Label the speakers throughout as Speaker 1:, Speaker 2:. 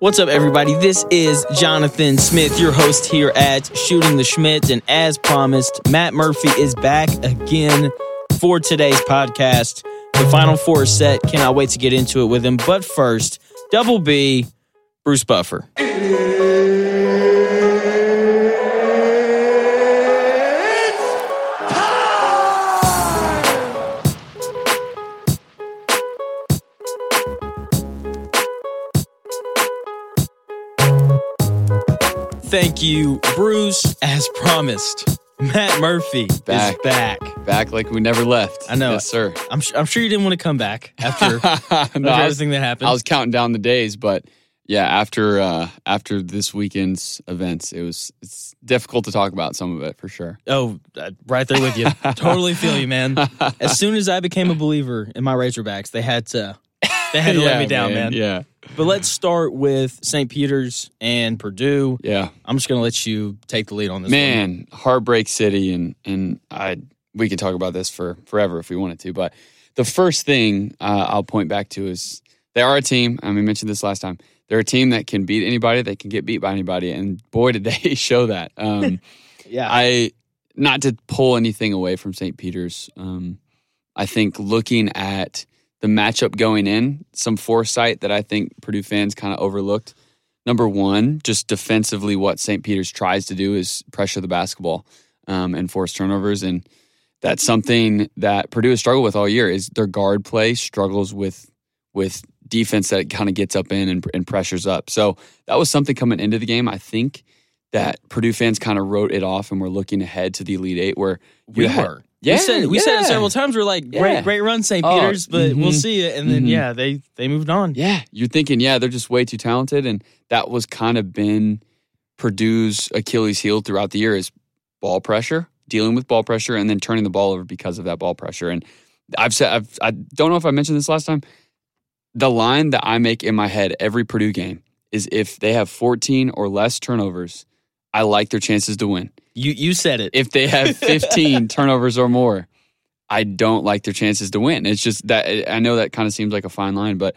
Speaker 1: What's up, everybody? This is Jonathan Smith, your host here at Shooting the Schmidt. And as promised, Matt Murphy is back again for today's podcast. The Final Four set. Cannot wait to get into it with him. But first, Double B, Bruce Buffer. Thank you, Bruce. As promised, Matt Murphy is
Speaker 2: Back.
Speaker 1: back.
Speaker 2: Back like we never left.
Speaker 1: I know.
Speaker 2: Yes, sir.
Speaker 1: I'm, su- I'm sure you didn't want to come back after,
Speaker 2: no,
Speaker 1: after
Speaker 2: I, was,
Speaker 1: everything that happened.
Speaker 2: I was counting down the days, but yeah, after uh, after this weekend's events, it was it's difficult to talk about some of it for sure.
Speaker 1: Oh, uh, right there with you. totally feel you, man. As soon as I became a believer in my Razorbacks, they had to they had to let me down, man.
Speaker 2: Yeah,
Speaker 1: But let's start with St. Peter's and Purdue.
Speaker 2: yeah,
Speaker 1: I'm just gonna let you take the lead on this. one.
Speaker 2: man, heartbreak city, and and I we could talk about this for forever if we wanted to, but the first thing uh, I'll point back to is they are a team. I mean, I mentioned this last time. They're a team that can beat anybody. They can get beat by anybody, and boy, did they show that. Um,
Speaker 1: yeah,
Speaker 2: I not to pull anything away from St. Peter's. Um, I think looking at the matchup going in, some foresight that I think Purdue fans kind of overlooked. Number one, just defensively, what St. Peter's tries to do is pressure the basketball um, and force turnovers, and that's something that Purdue has struggled with all year. Is their guard play struggles with with defense that kind of gets up in and, and pressures up. So that was something coming into the game. I think that Purdue fans kind of wrote it off and were looking ahead to the Elite Eight, where
Speaker 1: we
Speaker 2: you had-
Speaker 1: were. we said we said it several times. We're like, great,
Speaker 2: Yeah.
Speaker 1: great run, St.
Speaker 2: Oh,
Speaker 1: Peter's, but we'll
Speaker 2: mhm.
Speaker 1: see it. And then
Speaker 2: Mhm.
Speaker 1: yeah, they they moved on.
Speaker 2: Yeah, you're thinking, yeah, they're just way too talented, and that was kind of been Purdue's Achilles heel throughout the year is ball pressure, dealing with ball pressure, and then turning the ball over because of that ball pressure. And I've said, I've, I don't know if I mentioned this last time. The line that I make in my head every Purdue game is if they have 14 or less turnovers, I like their chances to win.
Speaker 1: You you said it.
Speaker 2: If they have 15 turnovers or more, I don't like their chances to win. It's just that I know that kind of seems like a fine line, but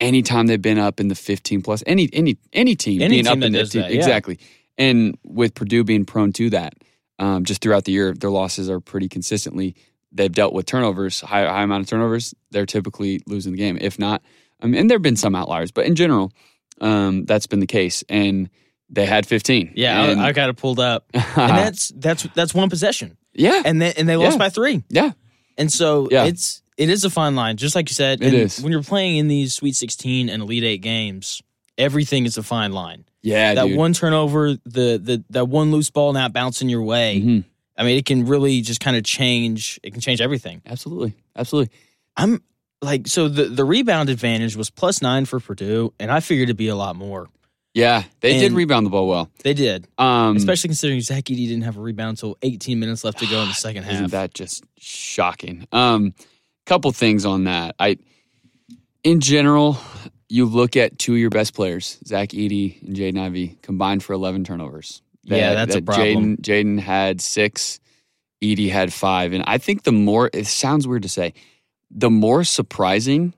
Speaker 2: anytime they've been up in the 15 plus, any any any team
Speaker 1: Any
Speaker 2: being
Speaker 1: team
Speaker 2: up
Speaker 1: that
Speaker 2: in the
Speaker 1: does that, yeah.
Speaker 2: exactly, and with Purdue being prone to that, um, just throughout the year, their losses are pretty consistently. They've dealt with turnovers, high high amount of turnovers. They're typically losing the game, if not. I mean, and there've been some outliers, but in general, um, that's been the case. And they had 15.
Speaker 1: yeah,
Speaker 2: And-
Speaker 1: I, I got it pulled up, and that's that's that's one possession,
Speaker 2: yeah,
Speaker 1: and then and they lost
Speaker 2: Yeah.
Speaker 1: by three.
Speaker 2: yeah.
Speaker 1: And so
Speaker 2: Yeah.
Speaker 1: it's it is a fine line, just like you said.
Speaker 2: It
Speaker 1: and
Speaker 2: is.
Speaker 1: When you're playing in these Sweet 16 and Elite Eight games, everything is a fine line.
Speaker 2: Yeah,
Speaker 1: that
Speaker 2: dude.
Speaker 1: one turnover, the the that one loose ball not bouncing your way.
Speaker 2: Mhm.
Speaker 1: I mean, it can really just kind of change. It can change everything.
Speaker 2: Absolutely, absolutely.
Speaker 1: I'm like, so the the rebound advantage was plus nine for Purdue, and I figured it'd be a lot more.
Speaker 2: Yeah, they did
Speaker 1: And-
Speaker 2: rebound the ball well.
Speaker 1: They did,
Speaker 2: Um,
Speaker 1: especially considering Zach Eady didn't have a rebound until 18 minutes left to go in the second
Speaker 2: isn't
Speaker 1: half.
Speaker 2: that just shocking? Um, couple things on that. I, in general, you look at two of your best players, Zach Eady and Jaden Ivey, combined for eleven turnovers.
Speaker 1: Yeah, that's a problem.
Speaker 2: Jaden Jaden had six, Edie had five, and I think the more it sounds weird to say, the more surprising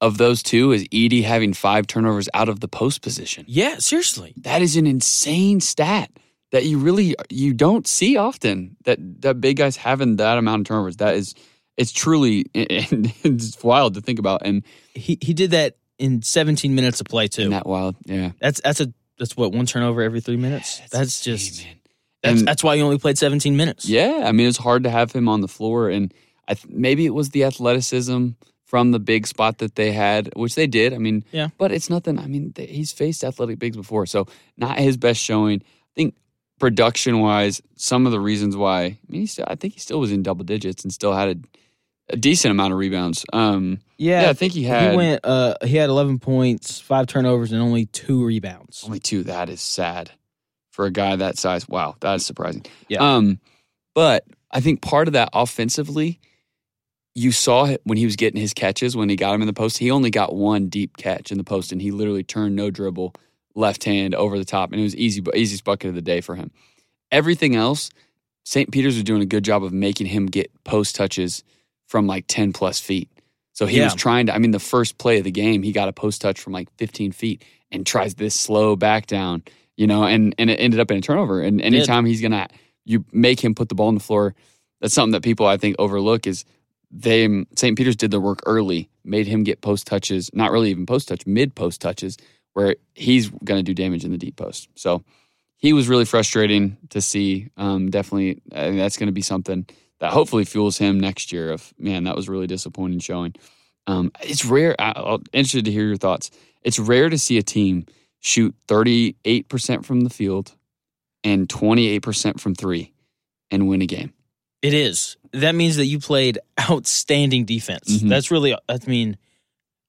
Speaker 2: of those two is Edie having five turnovers out of the post position.
Speaker 1: yeah, seriously.
Speaker 2: that is an insane stat that you really you don't see often that that big guys having that amount of turnovers that is it's truly and it's wild to think about and,
Speaker 1: He he did that in 17 minutes of play too.
Speaker 2: and that wild yeah
Speaker 1: That's that's a that's what one turnover every three minutes.
Speaker 2: It's
Speaker 1: That's
Speaker 2: insane,
Speaker 1: just
Speaker 2: man.
Speaker 1: that's
Speaker 2: And-
Speaker 1: that's why you only played seventeen minutes.
Speaker 2: yeah i mean it's hard to have him on the floor and i th- maybe it was the athleticism from the big spot that they had which they did i mean
Speaker 1: Yeah.
Speaker 2: but it's nothing i mean th- he's faced athletic bigs before so not his best showing i think production wise some of the reasons why i mean he still, i think he still was in double digits and still had a, a decent amount of rebounds um yeah, i think he had
Speaker 1: he went. Uh, he had eleven points, five turnovers, and only two rebounds.
Speaker 2: Only two. That is sad for a guy that size. Wow, that is surprising.
Speaker 1: Yeah.
Speaker 2: Um, but I think part of that offensively, you saw it when he was getting his catches when he got him in the post. He only got one deep catch in the post, and he literally turned no dribble, left hand over the top, and it was easy, easiest bucket of the day for him. Everything else, St. Peter's was doing a good job of making him get post touches from like ten plus feet. So he
Speaker 1: Yeah.
Speaker 2: was trying to, I mean, the first play of the game, he got a post touch from like 15 feet and tries this slow back down, you know, and, and it ended up in a turnover. And anytime he's going to, you make him put the ball on the floor, that's something that people I think overlook is they, St. Peter's did their work early, made him get post touches, not really even post touch, mid post touches, where he's going to do damage in the deep post. So he was really frustrating to see. Um, definitely, I think that's going to be something that hopefully fuels him next year. Of man, that was really disappointing showing. Um, it's rare. I, I'm interested to hear your thoughts. It's rare to see a team shoot 38 percent from the field and 28 percent from three and win a game.
Speaker 1: It is. That means that you played outstanding defense.
Speaker 2: Mhm.
Speaker 1: That's really, I mean,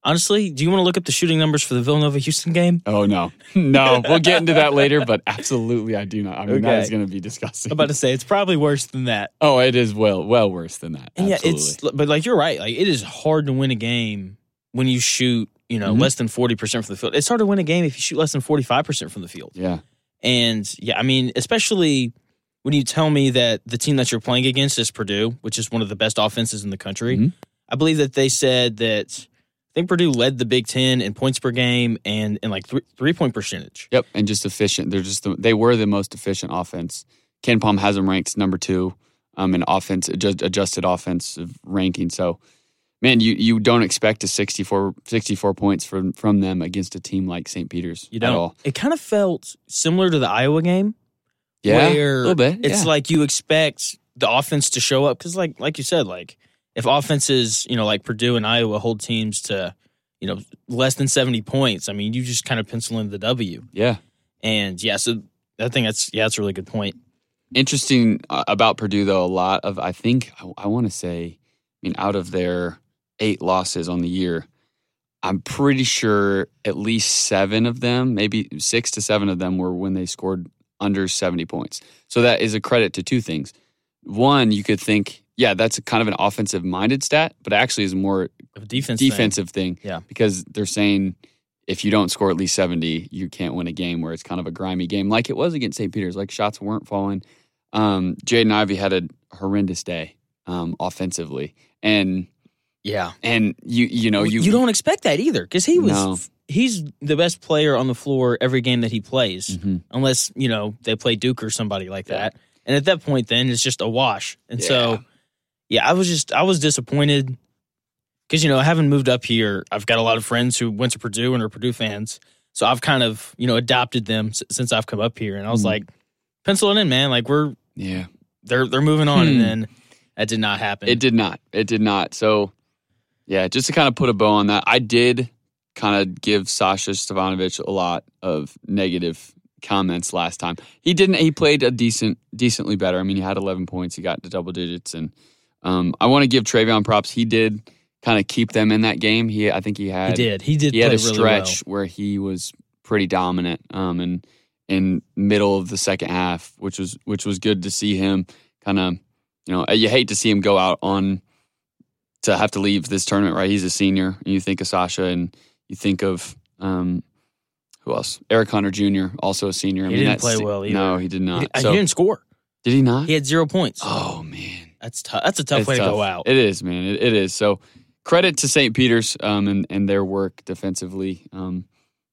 Speaker 1: honestly, do you want to look up the shooting numbers for the Villanova Houston game?
Speaker 2: Oh no, no, we'll get into that later. But absolutely, I do not. I mean, that
Speaker 1: Okay.
Speaker 2: is going to be disgusting.
Speaker 1: I'm about to say it's probably worse than that.
Speaker 2: oh, it is well, well worse than that.
Speaker 1: And
Speaker 2: absolutely.
Speaker 1: yeah, it's but like you're right. Like it is hard to win a game when you shoot, you know,
Speaker 2: Mhm.
Speaker 1: less than 40% from the field. It's hard to win a game if you shoot less than 45% from the field.
Speaker 2: yeah,
Speaker 1: And yeah, I mean, especially when you tell me that the team that you're playing against is Purdue, which is one of the best offenses in the country.
Speaker 2: Mhm.
Speaker 1: I believe that they said that I think Purdue led the Big Ten in points per game and in like three, three point percentage.
Speaker 2: Yep, and just efficient. They're just the, they were the most efficient offense. Ken Palm has them ranked number two um, in offense adjust, adjusted offensive ranking. So, man, you you don't expect a 64, 64 points from from them against a team like St. Peter's
Speaker 1: You
Speaker 2: at
Speaker 1: don't.
Speaker 2: all.
Speaker 1: It kind of felt similar to the Iowa game.
Speaker 2: Yeah,
Speaker 1: where
Speaker 2: a little bit.
Speaker 1: It's
Speaker 2: yeah.
Speaker 1: like you expect the offense to show up because, like, like you said, like if offenses, you know, like Purdue and Iowa hold teams to, you know, less than seventy points. I mean, you just kind of pencil in the W,
Speaker 2: yeah.
Speaker 1: and yeah, so I think that's yeah, that's a really good point.
Speaker 2: Interesting uh, about Purdue though. A lot of I think I, I want to say. I mean, out of their eight losses on the year, I'm pretty sure at least seven of them, maybe six to seven of them, were when they scored under 70 points. So that is a credit to two things. One, you could think, yeah, that's a kind of an offensive minded stat, but it actually is more
Speaker 1: A defense, thing.
Speaker 2: defensive thing.
Speaker 1: Yeah.
Speaker 2: Because they're saying if you don't score at least 70, you can't win a game where it's kind of a grimy game, like it was against St. Peter's. Like shots weren't falling. Um, Jaden Ivey had a horrendous day um, offensively. And
Speaker 1: Yeah,
Speaker 2: and you you know
Speaker 1: Well,
Speaker 2: you,
Speaker 1: don't expect that either because he was
Speaker 2: No.
Speaker 1: he's the best player on the floor every game that he plays,
Speaker 2: Mhm.
Speaker 1: unless you know they play Duke or somebody like that. And at that point, then it's just a wash. And
Speaker 2: Yeah.
Speaker 1: so, yeah, I was just I was disappointed because you know I haven't moved up here. I've got a lot of friends who went to Purdue and are Purdue fans, so I've kind of you know adopted them s- since I've come up here. And I was
Speaker 2: Mhm.
Speaker 1: like, pencil it in, man. Like we're
Speaker 2: yeah
Speaker 1: they're they're moving on,
Speaker 2: Hmm.
Speaker 1: and then that did not happen.
Speaker 2: it did not it did not so yeah just to kind of put a bow on that I did kind of give Sasha Stevanovic a lot of negative comments last time he didn't he played a decent decently better I mean he had 11 points he got to double digits and um, I want to give Travion props he did kind of keep them in that game he I think he
Speaker 1: He
Speaker 2: had
Speaker 1: did. He did.
Speaker 2: he had
Speaker 1: play
Speaker 2: a
Speaker 1: really
Speaker 2: stretch where he was pretty dominant um and in middle of the second half which was which was good to see him kind of you know you hate to see him go out on to have to leave this tournament right he's a senior and you think of Sasha and you think of um who else Eric Hunter Jr also a senior
Speaker 1: He didn't
Speaker 2: that's-
Speaker 1: play well either.
Speaker 2: no he did
Speaker 1: well.
Speaker 2: not
Speaker 1: He,
Speaker 2: so
Speaker 1: he didn't score.
Speaker 2: did he not
Speaker 1: He had zero points.
Speaker 2: oh man
Speaker 1: That's tough. That's a tough
Speaker 2: It's
Speaker 1: way to go out.
Speaker 2: It is, man. It, it is. So credit to St. Peter's um, and, and their work defensively. Um,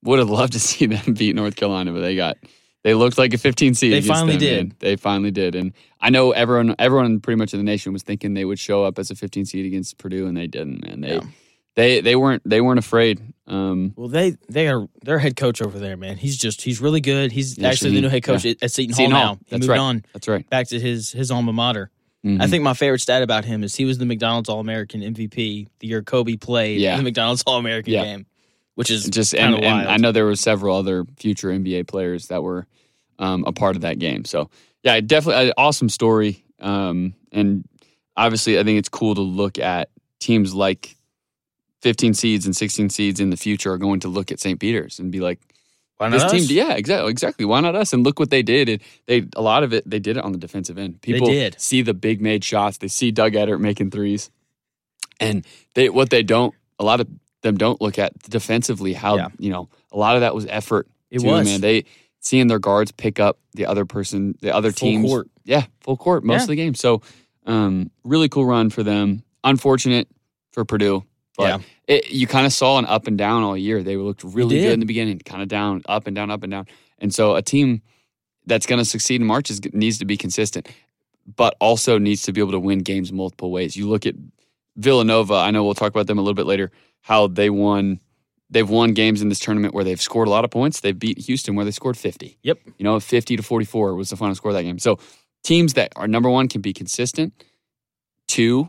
Speaker 2: would have loved to see them beat North Carolina, but they got they looked like a 15 seed.
Speaker 1: They
Speaker 2: against
Speaker 1: finally
Speaker 2: them,
Speaker 1: did.
Speaker 2: man. They finally did. And I know everyone everyone pretty much in the nation was thinking they would show up as a 15 seed against Purdue, and they didn't. Man, they
Speaker 1: Yeah.
Speaker 2: they they weren't they weren't afraid. Um,
Speaker 1: Well, they they are their head coach over there, man. He's just he's really good. He's
Speaker 2: Yes,
Speaker 1: actually
Speaker 2: he-
Speaker 1: the new head coach at, at Seton,
Speaker 2: Seton
Speaker 1: Hall,
Speaker 2: Hall.
Speaker 1: now. He
Speaker 2: That's
Speaker 1: moved
Speaker 2: right.
Speaker 1: on
Speaker 2: that's right.
Speaker 1: back to his his alma mater. I
Speaker 2: Mhm.
Speaker 1: think my favorite stat about him is he was the McDonald's All American MVP the year Kobe played
Speaker 2: Yeah.
Speaker 1: in the McDonald's All American
Speaker 2: Yeah.
Speaker 1: game, which is
Speaker 2: just and,
Speaker 1: kinda
Speaker 2: and
Speaker 1: wild.
Speaker 2: I know there were several other future NBA players that were um, a part of that game. So yeah, definitely an awesome story. Um, and obviously, I think it's cool to look at teams like 15 seeds and 16 seeds in the future are going to look at St. Peter's and be like,
Speaker 1: why not
Speaker 2: this team,
Speaker 1: us?
Speaker 2: yeah, exactly, exactly. Why not us? And look what they did. It, they a lot of it they did it on the defensive end. People
Speaker 1: did.
Speaker 2: see the big made shots. They see Doug Edert making threes, and they what they don't a lot of them don't look at defensively how
Speaker 1: Yeah.
Speaker 2: you know a lot of that was effort.
Speaker 1: it
Speaker 2: too,
Speaker 1: was
Speaker 2: man. They seeing their guards pick up the other person, the other
Speaker 1: Full
Speaker 2: teams.
Speaker 1: court.
Speaker 2: Yeah, full court most
Speaker 1: Yeah.
Speaker 2: of the game. So, um, really cool run for them. Unfortunate for Purdue. But it, you kind of saw an up and down all year. They looked really
Speaker 1: did.
Speaker 2: good in the beginning, kind of down, up and down, up and down. And so a team that's going to succeed in March is, needs to be consistent, but also needs to be able to win games multiple ways. You look at Villanova. I know we'll talk about them a little bit later. How they won. They've won games in this tournament where they've scored a lot of points. They beat Houston where they scored 50.
Speaker 1: Yep.
Speaker 2: You know, 50 to 44 was the final score of that game. So teams that are number one can be consistent. Two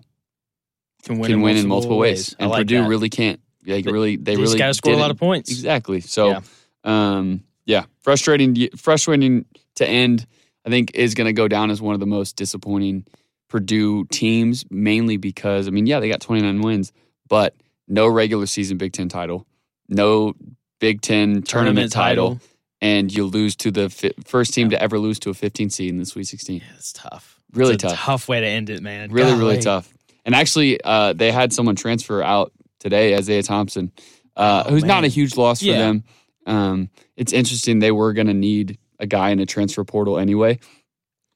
Speaker 1: Can
Speaker 2: can win in multiple ways,
Speaker 1: I
Speaker 2: and
Speaker 1: like
Speaker 2: Purdue
Speaker 1: that.
Speaker 2: really can't. They,
Speaker 1: They-
Speaker 2: really, they,
Speaker 1: They
Speaker 2: really
Speaker 1: just got to score a lot
Speaker 2: didn't.
Speaker 1: of points.
Speaker 2: Exactly. So,
Speaker 1: Yeah.
Speaker 2: um, yeah, frustrating, frustrating to end. I think is going to go down as one of the most disappointing Purdue teams, mainly because I mean, yeah, they got 29 wins, but no regular season Big Ten title, no Big Ten tournament, title, and you lose to the fi- first team to ever lose to a 15 seed in the Sweet 16.
Speaker 1: Yeah, it's tough.
Speaker 2: Really
Speaker 1: It's a
Speaker 2: tough.
Speaker 1: Tough way to end it, man.
Speaker 2: Really, really
Speaker 1: Golly.
Speaker 2: tough. And actually, uh, they had someone transfer out today, Isaiah Thompson, uh,
Speaker 1: Oh,
Speaker 2: who's not
Speaker 1: man.
Speaker 2: a huge loss for
Speaker 1: Yeah.
Speaker 2: them. Um, it's interesting. They were going to need a guy in a transfer portal anyway.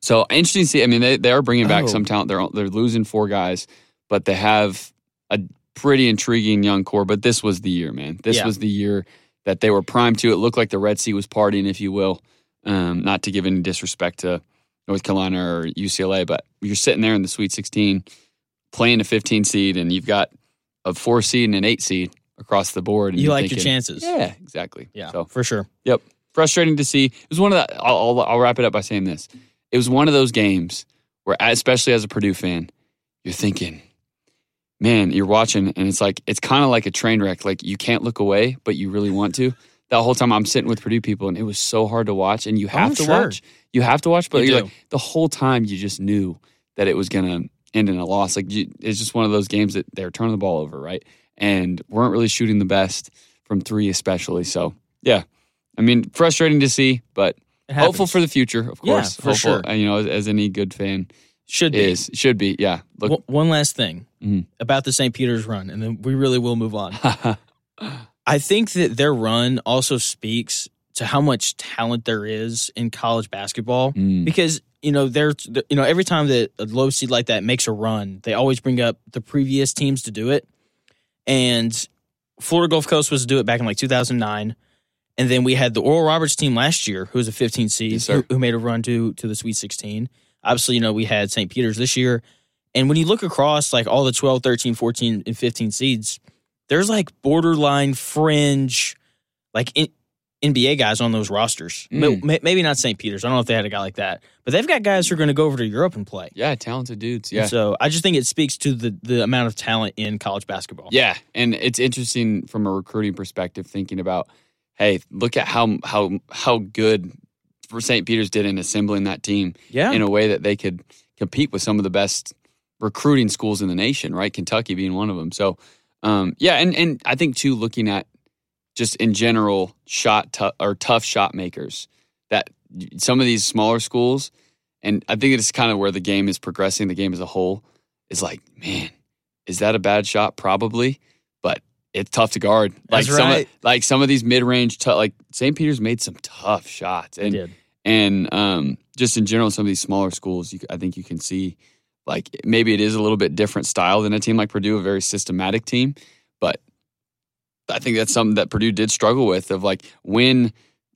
Speaker 2: So interesting to see. I mean, they, they are bringing back
Speaker 1: Oh.
Speaker 2: some talent. They're, they're losing four guys, but they have a pretty intriguing young core. But this was the year, man. This
Speaker 1: Yeah.
Speaker 2: was the year that they were primed to. It looked like the Red Sea was partying, if you will. Um, not to give any disrespect to North Carolina or UCLA, but you're sitting there in the Sweet 16 playing a 15 seed, and you've got a four seed and an eight seed across the board. And
Speaker 1: You
Speaker 2: you're
Speaker 1: like your
Speaker 2: thinking,
Speaker 1: chances.
Speaker 2: Yeah, exactly.
Speaker 1: Yeah,
Speaker 2: So
Speaker 1: for sure.
Speaker 2: frustrating to see. It was one of the. I'll, I'll, I'll wrap it up by saying this. It was one of those games where, especially as a Purdue fan, you're thinking, man, you're watching, and it's like it's kind of like a train wreck. Like you can't look away, but you really want to. That whole time I'm sitting with Purdue people, and it was so hard to watch. And you have
Speaker 1: I'm
Speaker 2: to
Speaker 1: Oh, sure.
Speaker 2: watch. You have to watch, but
Speaker 1: You
Speaker 2: you are
Speaker 1: do.
Speaker 2: like the whole time you just knew that it was gonna end in a loss. Like you, it's just one of those games that they're turning the ball over, right? And weren't really shooting the best from three, especially. So yeah, I mean, frustrating to see, but
Speaker 1: It
Speaker 2: hopeful
Speaker 1: happens.
Speaker 2: for the future, of
Speaker 1: Yeah,
Speaker 2: course.
Speaker 1: for
Speaker 2: Hopeful,
Speaker 1: sure.
Speaker 2: uh, You know, as, as any good fan
Speaker 1: should be.
Speaker 2: is should be. Yeah, look,
Speaker 1: One- one last thing
Speaker 2: Mhm.
Speaker 1: about the St. Peter's run, and then we really will move on. I think that their run also speaks to how much talent there is in college basketball
Speaker 2: Mm,
Speaker 1: because you know they're you know every time that a low seed like that makes a run, they always bring up the previous teams to do it, and Florida Gulf Coast was to do it back in like 2009. And then we had the Oral Roberts team last year, who was a 15 seed,
Speaker 2: Yes,
Speaker 1: who,
Speaker 2: sir.
Speaker 1: who made a run to to the Sweet 16. Obviously, you know, we had St. Peter's this year. And when you look across like all the 12, 13, 14, and 15 seeds, there's like borderline fringe, like in, NBA guys on those rosters. Ma-
Speaker 2: Mm.
Speaker 1: ma- Maybe not St. Peter's. I don't know if they had a guy like that, but they've got guys who are going to go over to Europe and play.
Speaker 2: yeah, talented dudes.
Speaker 1: And
Speaker 2: Yeah,
Speaker 1: So I just think it speaks to the the amount of talent in college basketball.
Speaker 2: yeah, and it's interesting from a recruiting perspective, thinking about, hey, look at how how how good for St. Peter's did in assembling that team
Speaker 1: Yeah.
Speaker 2: in a way that they could compete with some of the best recruiting schools in the nation, right? Kentucky being one of them. So, um, yeah, and and I think too, looking at just in general shot tou- or tough shot makers that some of these smaller schools, and I think it's kind of where the game is progressing. The game as a whole is like, man, is that a bad shot? Probably, but it's tough to guard. Like
Speaker 1: That's
Speaker 2: some, of,
Speaker 1: right.
Speaker 2: like some of these mid range, t- like St. Peter's made some tough shots,
Speaker 1: They
Speaker 2: and
Speaker 1: did.
Speaker 2: and um, just in general, some of these smaller schools, you, I think you can see like maybe it is a little bit different style than a team like Purdue, a very systematic team. But I think that's something that Purdue did struggle with of like when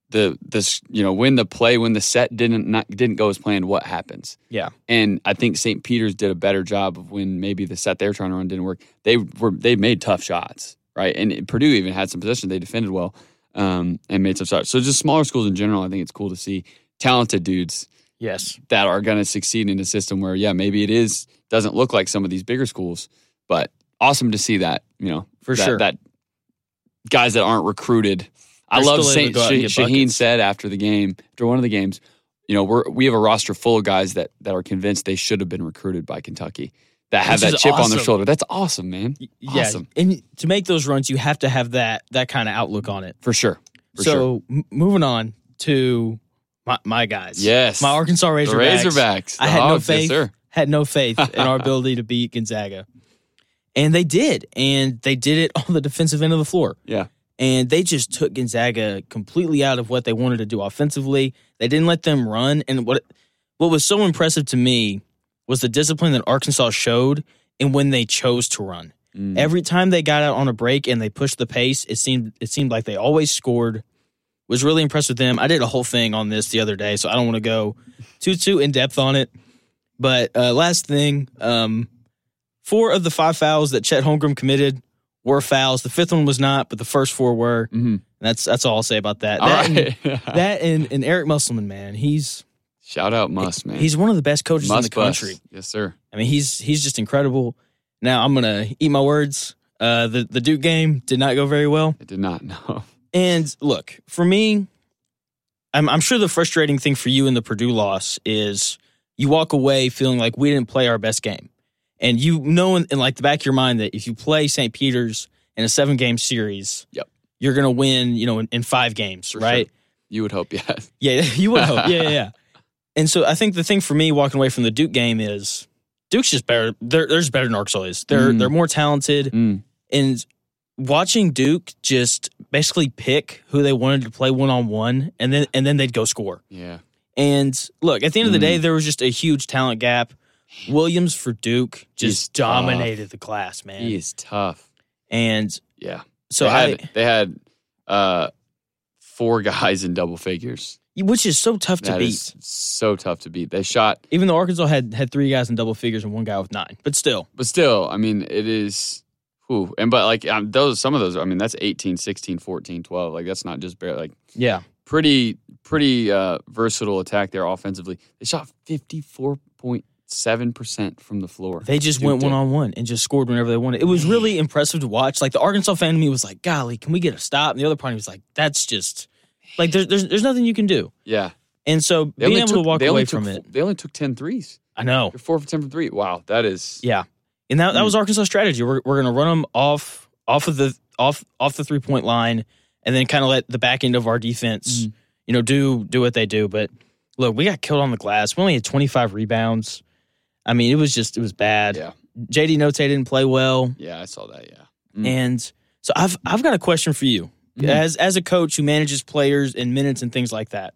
Speaker 2: the this you know when the play when the set didn't not didn't go as planned, what happens?
Speaker 1: Yeah.
Speaker 2: and I think St. Peter's did a better job of when maybe the set they were trying to run didn't work. They were they made tough shots, right? And Purdue even had some possession. They defended well um, and made some shots. So just smaller schools in general, I think it's cool to see talented dudes
Speaker 1: Yes.
Speaker 2: that are going to succeed in a system where yeah, maybe it is doesn't look like some of these bigger schools, but awesome to see that you know
Speaker 1: For
Speaker 2: that,
Speaker 1: sure.
Speaker 2: that guys that aren't recruited. I
Speaker 1: They're
Speaker 2: love
Speaker 1: still able
Speaker 2: Saint
Speaker 1: to go out and
Speaker 2: Shaheen
Speaker 1: get buckets.
Speaker 2: said after the game, after one of the games, you know, we're we have a roster full of guys that that are convinced they should have been recruited by Kentucky that have
Speaker 1: Which
Speaker 2: that
Speaker 1: is
Speaker 2: chip on their
Speaker 1: awesome.
Speaker 2: shoulder. That's awesome, man,
Speaker 1: Y- Yeah.
Speaker 2: Awesome.
Speaker 1: And to make those runs, you have to have that that kind of outlook on it.
Speaker 2: for sure. For sure.
Speaker 1: so m- moving on to my, my guys.
Speaker 2: yes,
Speaker 1: My Arkansas
Speaker 2: the
Speaker 1: Razorbacks.
Speaker 2: Razorbacks.
Speaker 1: I
Speaker 2: The
Speaker 1: had no
Speaker 2: Hogs, yes,
Speaker 1: faith.
Speaker 2: sir.
Speaker 1: Had no faith in our ability to beat Gonzaga. And they did. And they did it on the defensive end of the floor.
Speaker 2: Yeah.
Speaker 1: And they just took Gonzaga completely out of what they wanted to do offensively. They didn't let them run. And what what was so impressive to me was the discipline that Arkansas showed and when they chose to run.
Speaker 2: Mm.
Speaker 1: Every time they got out on a break and they pushed the pace, it seemed it seemed like they always scored. Was really impressed with them. I did a whole thing on this the other day, so I don't want to go too too in depth on it. But uh, last thing, um, four of the five fouls that Chet Holmgren committed were fouls. The fifth one was not, but the first four were.
Speaker 2: Mhm.
Speaker 1: And that's that's all I'll say about that.
Speaker 2: All
Speaker 1: that, and,
Speaker 2: right.
Speaker 1: that and, and Eric Musselman, man, he's
Speaker 2: Shout out Musk, man.
Speaker 1: he's one of the best coaches in
Speaker 2: Musk
Speaker 1: the
Speaker 2: bus.
Speaker 1: country.
Speaker 2: Yes, sir.
Speaker 1: I mean, he's he's just incredible. Now I'm gonna eat my words. Uh, the the Duke game did not go very well.
Speaker 2: I did not know.
Speaker 1: And look, for me, I'm I'm sure the frustrating thing for you in the Purdue loss is you walk away feeling like we didn't play our best game, and you know in, in like the back of your mind that if you play St. Peter's in a seven game series,
Speaker 2: Yep.
Speaker 1: you're gonna win. You know, in, in five games,
Speaker 2: For
Speaker 1: right?
Speaker 2: sure. You would hope, yes.
Speaker 1: Yeah, you would hope. Yeah, yeah, yeah. And so I think the thing for me walking away from the Duke game is Duke's just better. They're, they're just better than Arkansas is. They're
Speaker 2: Mm.
Speaker 1: they're more talented.
Speaker 2: Mm.
Speaker 1: And watching Duke just basically pick who they wanted to play one on one, and then and then they'd go score.
Speaker 2: Yeah.
Speaker 1: And look, at the end of the
Speaker 2: Mm.
Speaker 1: day, there was just a huge talent gap. Williams for Duke
Speaker 2: He's
Speaker 1: just dominated the class, man.
Speaker 2: He is tough.
Speaker 1: And
Speaker 2: Yeah.
Speaker 1: so
Speaker 2: they had,
Speaker 1: I,
Speaker 2: they had uh, four guys in double figures.
Speaker 1: which is so tough to
Speaker 2: That
Speaker 1: beat.
Speaker 2: is so tough to beat. They shot,
Speaker 1: Even though Arkansas had had three guys in double figures and one guy with nine, but still,
Speaker 2: but still, I mean, it is. Whew. And but like um, those, some of those, I mean, that's 18, 16, 14, 12. Like that's not just bare. Like
Speaker 1: yeah.
Speaker 2: pretty, pretty uh, versatile attack there offensively. They shot 54.7% from the floor.
Speaker 1: They just
Speaker 2: Duke
Speaker 1: went
Speaker 2: did.
Speaker 1: one on one and just scored whenever they wanted. It was really impressive to watch. Like the Arkansas fan in me was like, "Golly, can we get a stop?" And the other party was like, "That's just like there's there's, there's nothing you can do."
Speaker 2: Yeah.
Speaker 1: And so
Speaker 2: They
Speaker 1: being
Speaker 2: only
Speaker 1: able
Speaker 2: took-
Speaker 1: to walk
Speaker 2: they only
Speaker 1: away
Speaker 2: took
Speaker 1: from
Speaker 2: f-
Speaker 1: it,
Speaker 2: They only took 10 threes.
Speaker 1: I know.
Speaker 2: You're four for 10 from three. Wow. That is.
Speaker 1: Yeah, and that,
Speaker 2: Mm.
Speaker 1: that was Arkansas' strategy. We're we're gonna run them off off of the off off the three point line, and then kind of let the back end of our defense,
Speaker 2: Mhm.
Speaker 1: you know, do do what they do. But look, we got killed on the glass. We only had 25 rebounds. I mean, it was just it was bad.
Speaker 2: Yeah.
Speaker 1: JD Note didn't play well.
Speaker 2: Yeah. I saw that. Yeah. Mm.
Speaker 1: And so I've I've got a question for you
Speaker 2: Mhm.
Speaker 1: as as a coach who manages players and minutes and things like that.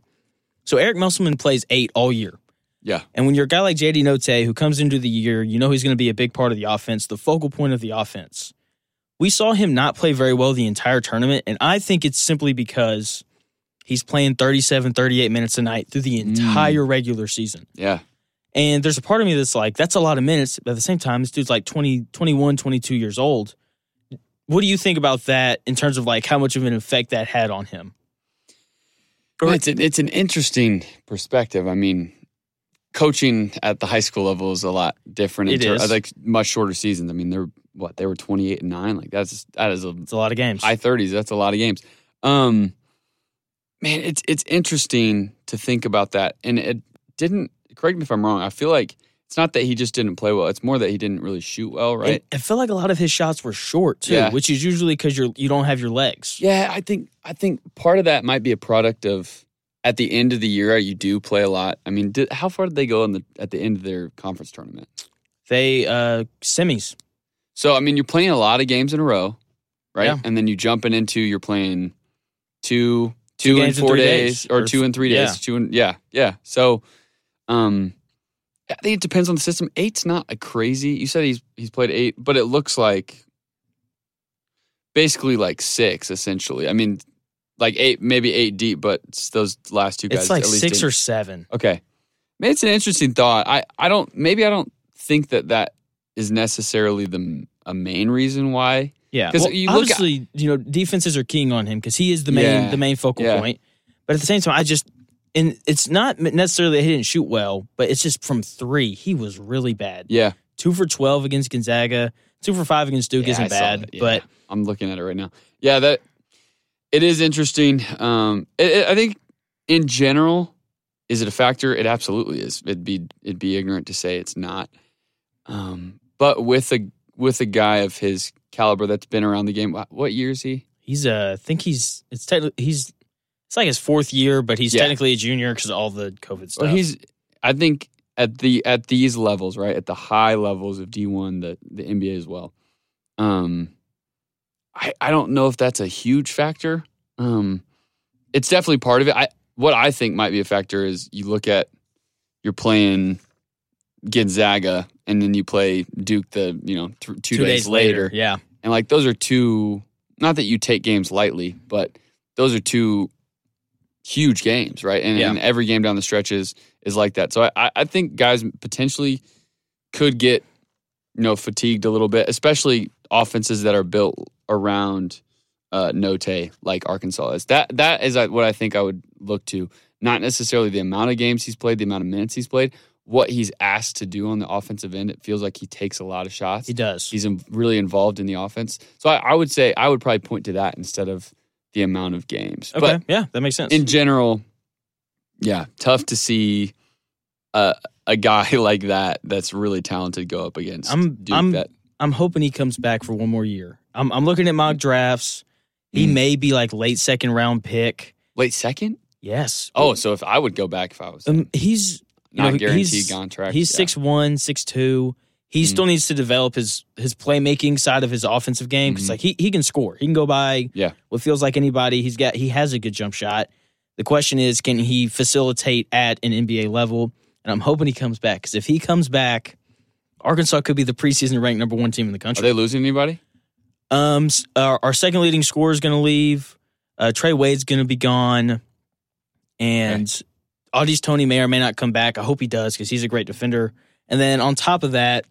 Speaker 1: So Eric Musselman plays eight all year.
Speaker 2: Yeah.
Speaker 1: And when you're a guy like JD Note who comes into the year, you know he's going to be a big part of the offense, the focal point of the offense. We saw him not play very well the entire tournament and I think it's simply because he's playing 37 38 minutes a night through the
Speaker 2: Mm.
Speaker 1: entire regular season.
Speaker 2: Yeah.
Speaker 1: And there's a part of me that's like, that's a lot of minutes. But at the same time, this dude's like 20, 21, 22 years old. What do you think about that in terms of like how much of an effect that had on him? Or-
Speaker 2: it's an, it's an interesting perspective. I mean, coaching at the high school level is a lot different.
Speaker 1: It
Speaker 2: in ter-
Speaker 1: is.
Speaker 2: like much shorter seasons. I mean, they're what they were twenty eight and nine. Like that's that is a
Speaker 1: It's a lot of games.
Speaker 2: high thirties. That's a lot of games. Um, man, it's it's interesting to think about that. And it didn't. Correct me if I'm wrong. I feel like it's not that he just didn't play well. It's more that he didn't really shoot well. Right.
Speaker 1: And I feel like a lot of his shots were short too,
Speaker 2: Yeah.
Speaker 1: which is usually because you're you don't have your legs.
Speaker 2: Yeah, I think I think part of that might be a product of at the end of the year you do play a lot. I mean, did, how far did they go in the at the end of their conference tournament?
Speaker 1: They uh semis.
Speaker 2: So I mean, you're playing a lot of games in a row, right?
Speaker 1: Yeah.
Speaker 2: And then you jumping into you're playing two two, and
Speaker 1: games in
Speaker 2: four
Speaker 1: three
Speaker 2: days,
Speaker 1: days,
Speaker 2: or,
Speaker 1: or
Speaker 2: two and three
Speaker 1: yeah.
Speaker 2: days, two and yeah, yeah. So, um, I think it depends on the system. Eight's not a crazy. You said he's he's played eight, but it looks like basically like six essentially. I mean, like eight, maybe eight deep, but it's those last two guys.
Speaker 1: It's like
Speaker 2: at least
Speaker 1: six
Speaker 2: didn't-
Speaker 1: or seven.
Speaker 2: Okay. Man, it's an interesting thought. I, I don't, maybe I don't think that that is necessarily the a main reason why.
Speaker 1: Yeah.
Speaker 2: 'Cause
Speaker 1: Well,
Speaker 2: you look at-
Speaker 1: obviously, you know, defenses are keying on him because he is the main
Speaker 2: Yeah.
Speaker 1: the main focal
Speaker 2: Yeah.
Speaker 1: point. But at the same time, I just and it's not necessarily that he didn't shoot well, but it's just from three, he was really bad.
Speaker 2: Yeah.
Speaker 1: two for 12 against Gonzaga, two for five against Duke
Speaker 2: Yeah, I
Speaker 1: isn't
Speaker 2: saw
Speaker 1: bad,
Speaker 2: that. Yeah.
Speaker 1: but
Speaker 2: I'm looking at it right now. Yeah, that it is interesting. Um, it, it- I think in general, is it a factor? It absolutely is. It'd be it'd be ignorant to say it's not. Um, but with a with a guy of his caliber that's been around the game, what, what year is he?
Speaker 1: he's uh, I think he's it's technically he's it's like his fourth year, but he's
Speaker 2: Yeah.
Speaker 1: technically a junior because all the COVID stuff.
Speaker 2: Well, he's. I think at the at these levels, right, at the high levels of D one, the the NBA as well. Um, I I don't know if that's a huge factor. Um, it's definitely part of it. I what I think might be a factor is you look at you're playing Gonzaga and then you play Duke the you know th- two, days, later.
Speaker 1: Yeah.
Speaker 2: And like those are two not that you take games lightly, but those are two huge games, right? And,
Speaker 1: Yeah.
Speaker 2: and every game down the stretch is is like that. So I- I, I think guys potentially could get you know fatigued a little bit, especially offenses that are built around uh Note like Arkansas is. That that is uh, what I think I would look to. Not necessarily the amount of games he's played, the amount of minutes he's played, what he's asked to do on the offensive end. It feels like he takes a lot of shots
Speaker 1: He does.
Speaker 2: he's in, really involved in the offense. So I, I would say I would probably point to that instead of the amount of games.
Speaker 1: okay. yeah, that makes sense.
Speaker 2: But in general, yeah, tough to see a a guy like that that's really talented go up against.
Speaker 1: I'm-
Speaker 2: Duke
Speaker 1: I'm-
Speaker 2: that
Speaker 1: I'm hoping he comes back for one more year. I'm, I'm looking at mock drafts. He
Speaker 2: Mm.
Speaker 1: may be like late second round pick.
Speaker 2: late second.
Speaker 1: Yes.
Speaker 2: Oh, so if I would go back if I was
Speaker 1: um, he's you know,
Speaker 2: not guaranteed
Speaker 1: he's-
Speaker 2: contract,
Speaker 1: He's
Speaker 2: yeah. Mm-hmm.
Speaker 1: six one, six two. He still needs to develop his his playmaking side of his offensive game because
Speaker 2: Mhm.
Speaker 1: like he he can score. He can go by
Speaker 2: Yeah.
Speaker 1: what feels like anybody. He's got he has a good jump shot. The question is, can he facilitate at an NBA level? And I'm hoping he comes back because if he comes back, Arkansas could be the preseason ranked number one team in the
Speaker 2: Are
Speaker 1: country.
Speaker 2: they losing anybody?
Speaker 1: Um, s- our, our second leading scorer is going to leave. Uh, Trey Wade's going to be gone, and Audis Tony may or may not come back. I hope he does because he's a great defender. And then on top of that,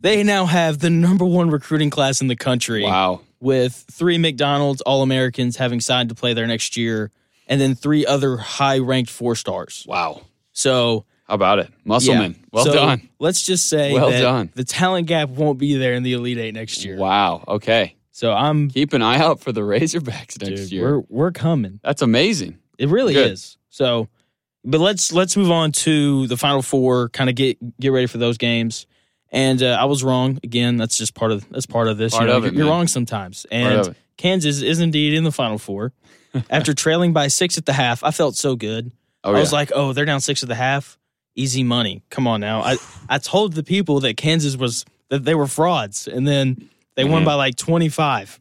Speaker 1: they now have the number one recruiting class in the country
Speaker 2: Wow.
Speaker 1: with three McDonald's All Americans having signed to play there next year, and then three other high ranked four stars.
Speaker 2: Wow.
Speaker 1: So
Speaker 2: How about it? Muscleman.
Speaker 1: yeah.
Speaker 2: Well
Speaker 1: So,
Speaker 2: done.
Speaker 1: Let's just say
Speaker 2: Well
Speaker 1: that
Speaker 2: done.
Speaker 1: The talent gap won't be there in the Elite Eight next year.
Speaker 2: Wow. Okay.
Speaker 1: So I'm
Speaker 2: Keep an eye out for the Razorbacks next
Speaker 1: Dude,
Speaker 2: year.
Speaker 1: We're we're coming.
Speaker 2: That's amazing.
Speaker 1: It really
Speaker 2: Good.
Speaker 1: is. So, but let's let's move on to the final four. Kind of get get ready for those games. And uh, I was wrong again. That's just part of that's part of this.
Speaker 2: Part
Speaker 1: you know,
Speaker 2: of it,
Speaker 1: you're, you're
Speaker 2: man.
Speaker 1: wrong sometimes.
Speaker 2: Part
Speaker 1: And
Speaker 2: of it.
Speaker 1: Kansas is indeed in the final four. After trailing by six at the half, I felt so good.
Speaker 2: Oh,
Speaker 1: I
Speaker 2: yeah.
Speaker 1: was like, oh, they're down six at the half. Easy money. Come on now. I I told the people that Kansas was that they were frauds, and then they won
Speaker 2: Man.
Speaker 1: by like twenty five.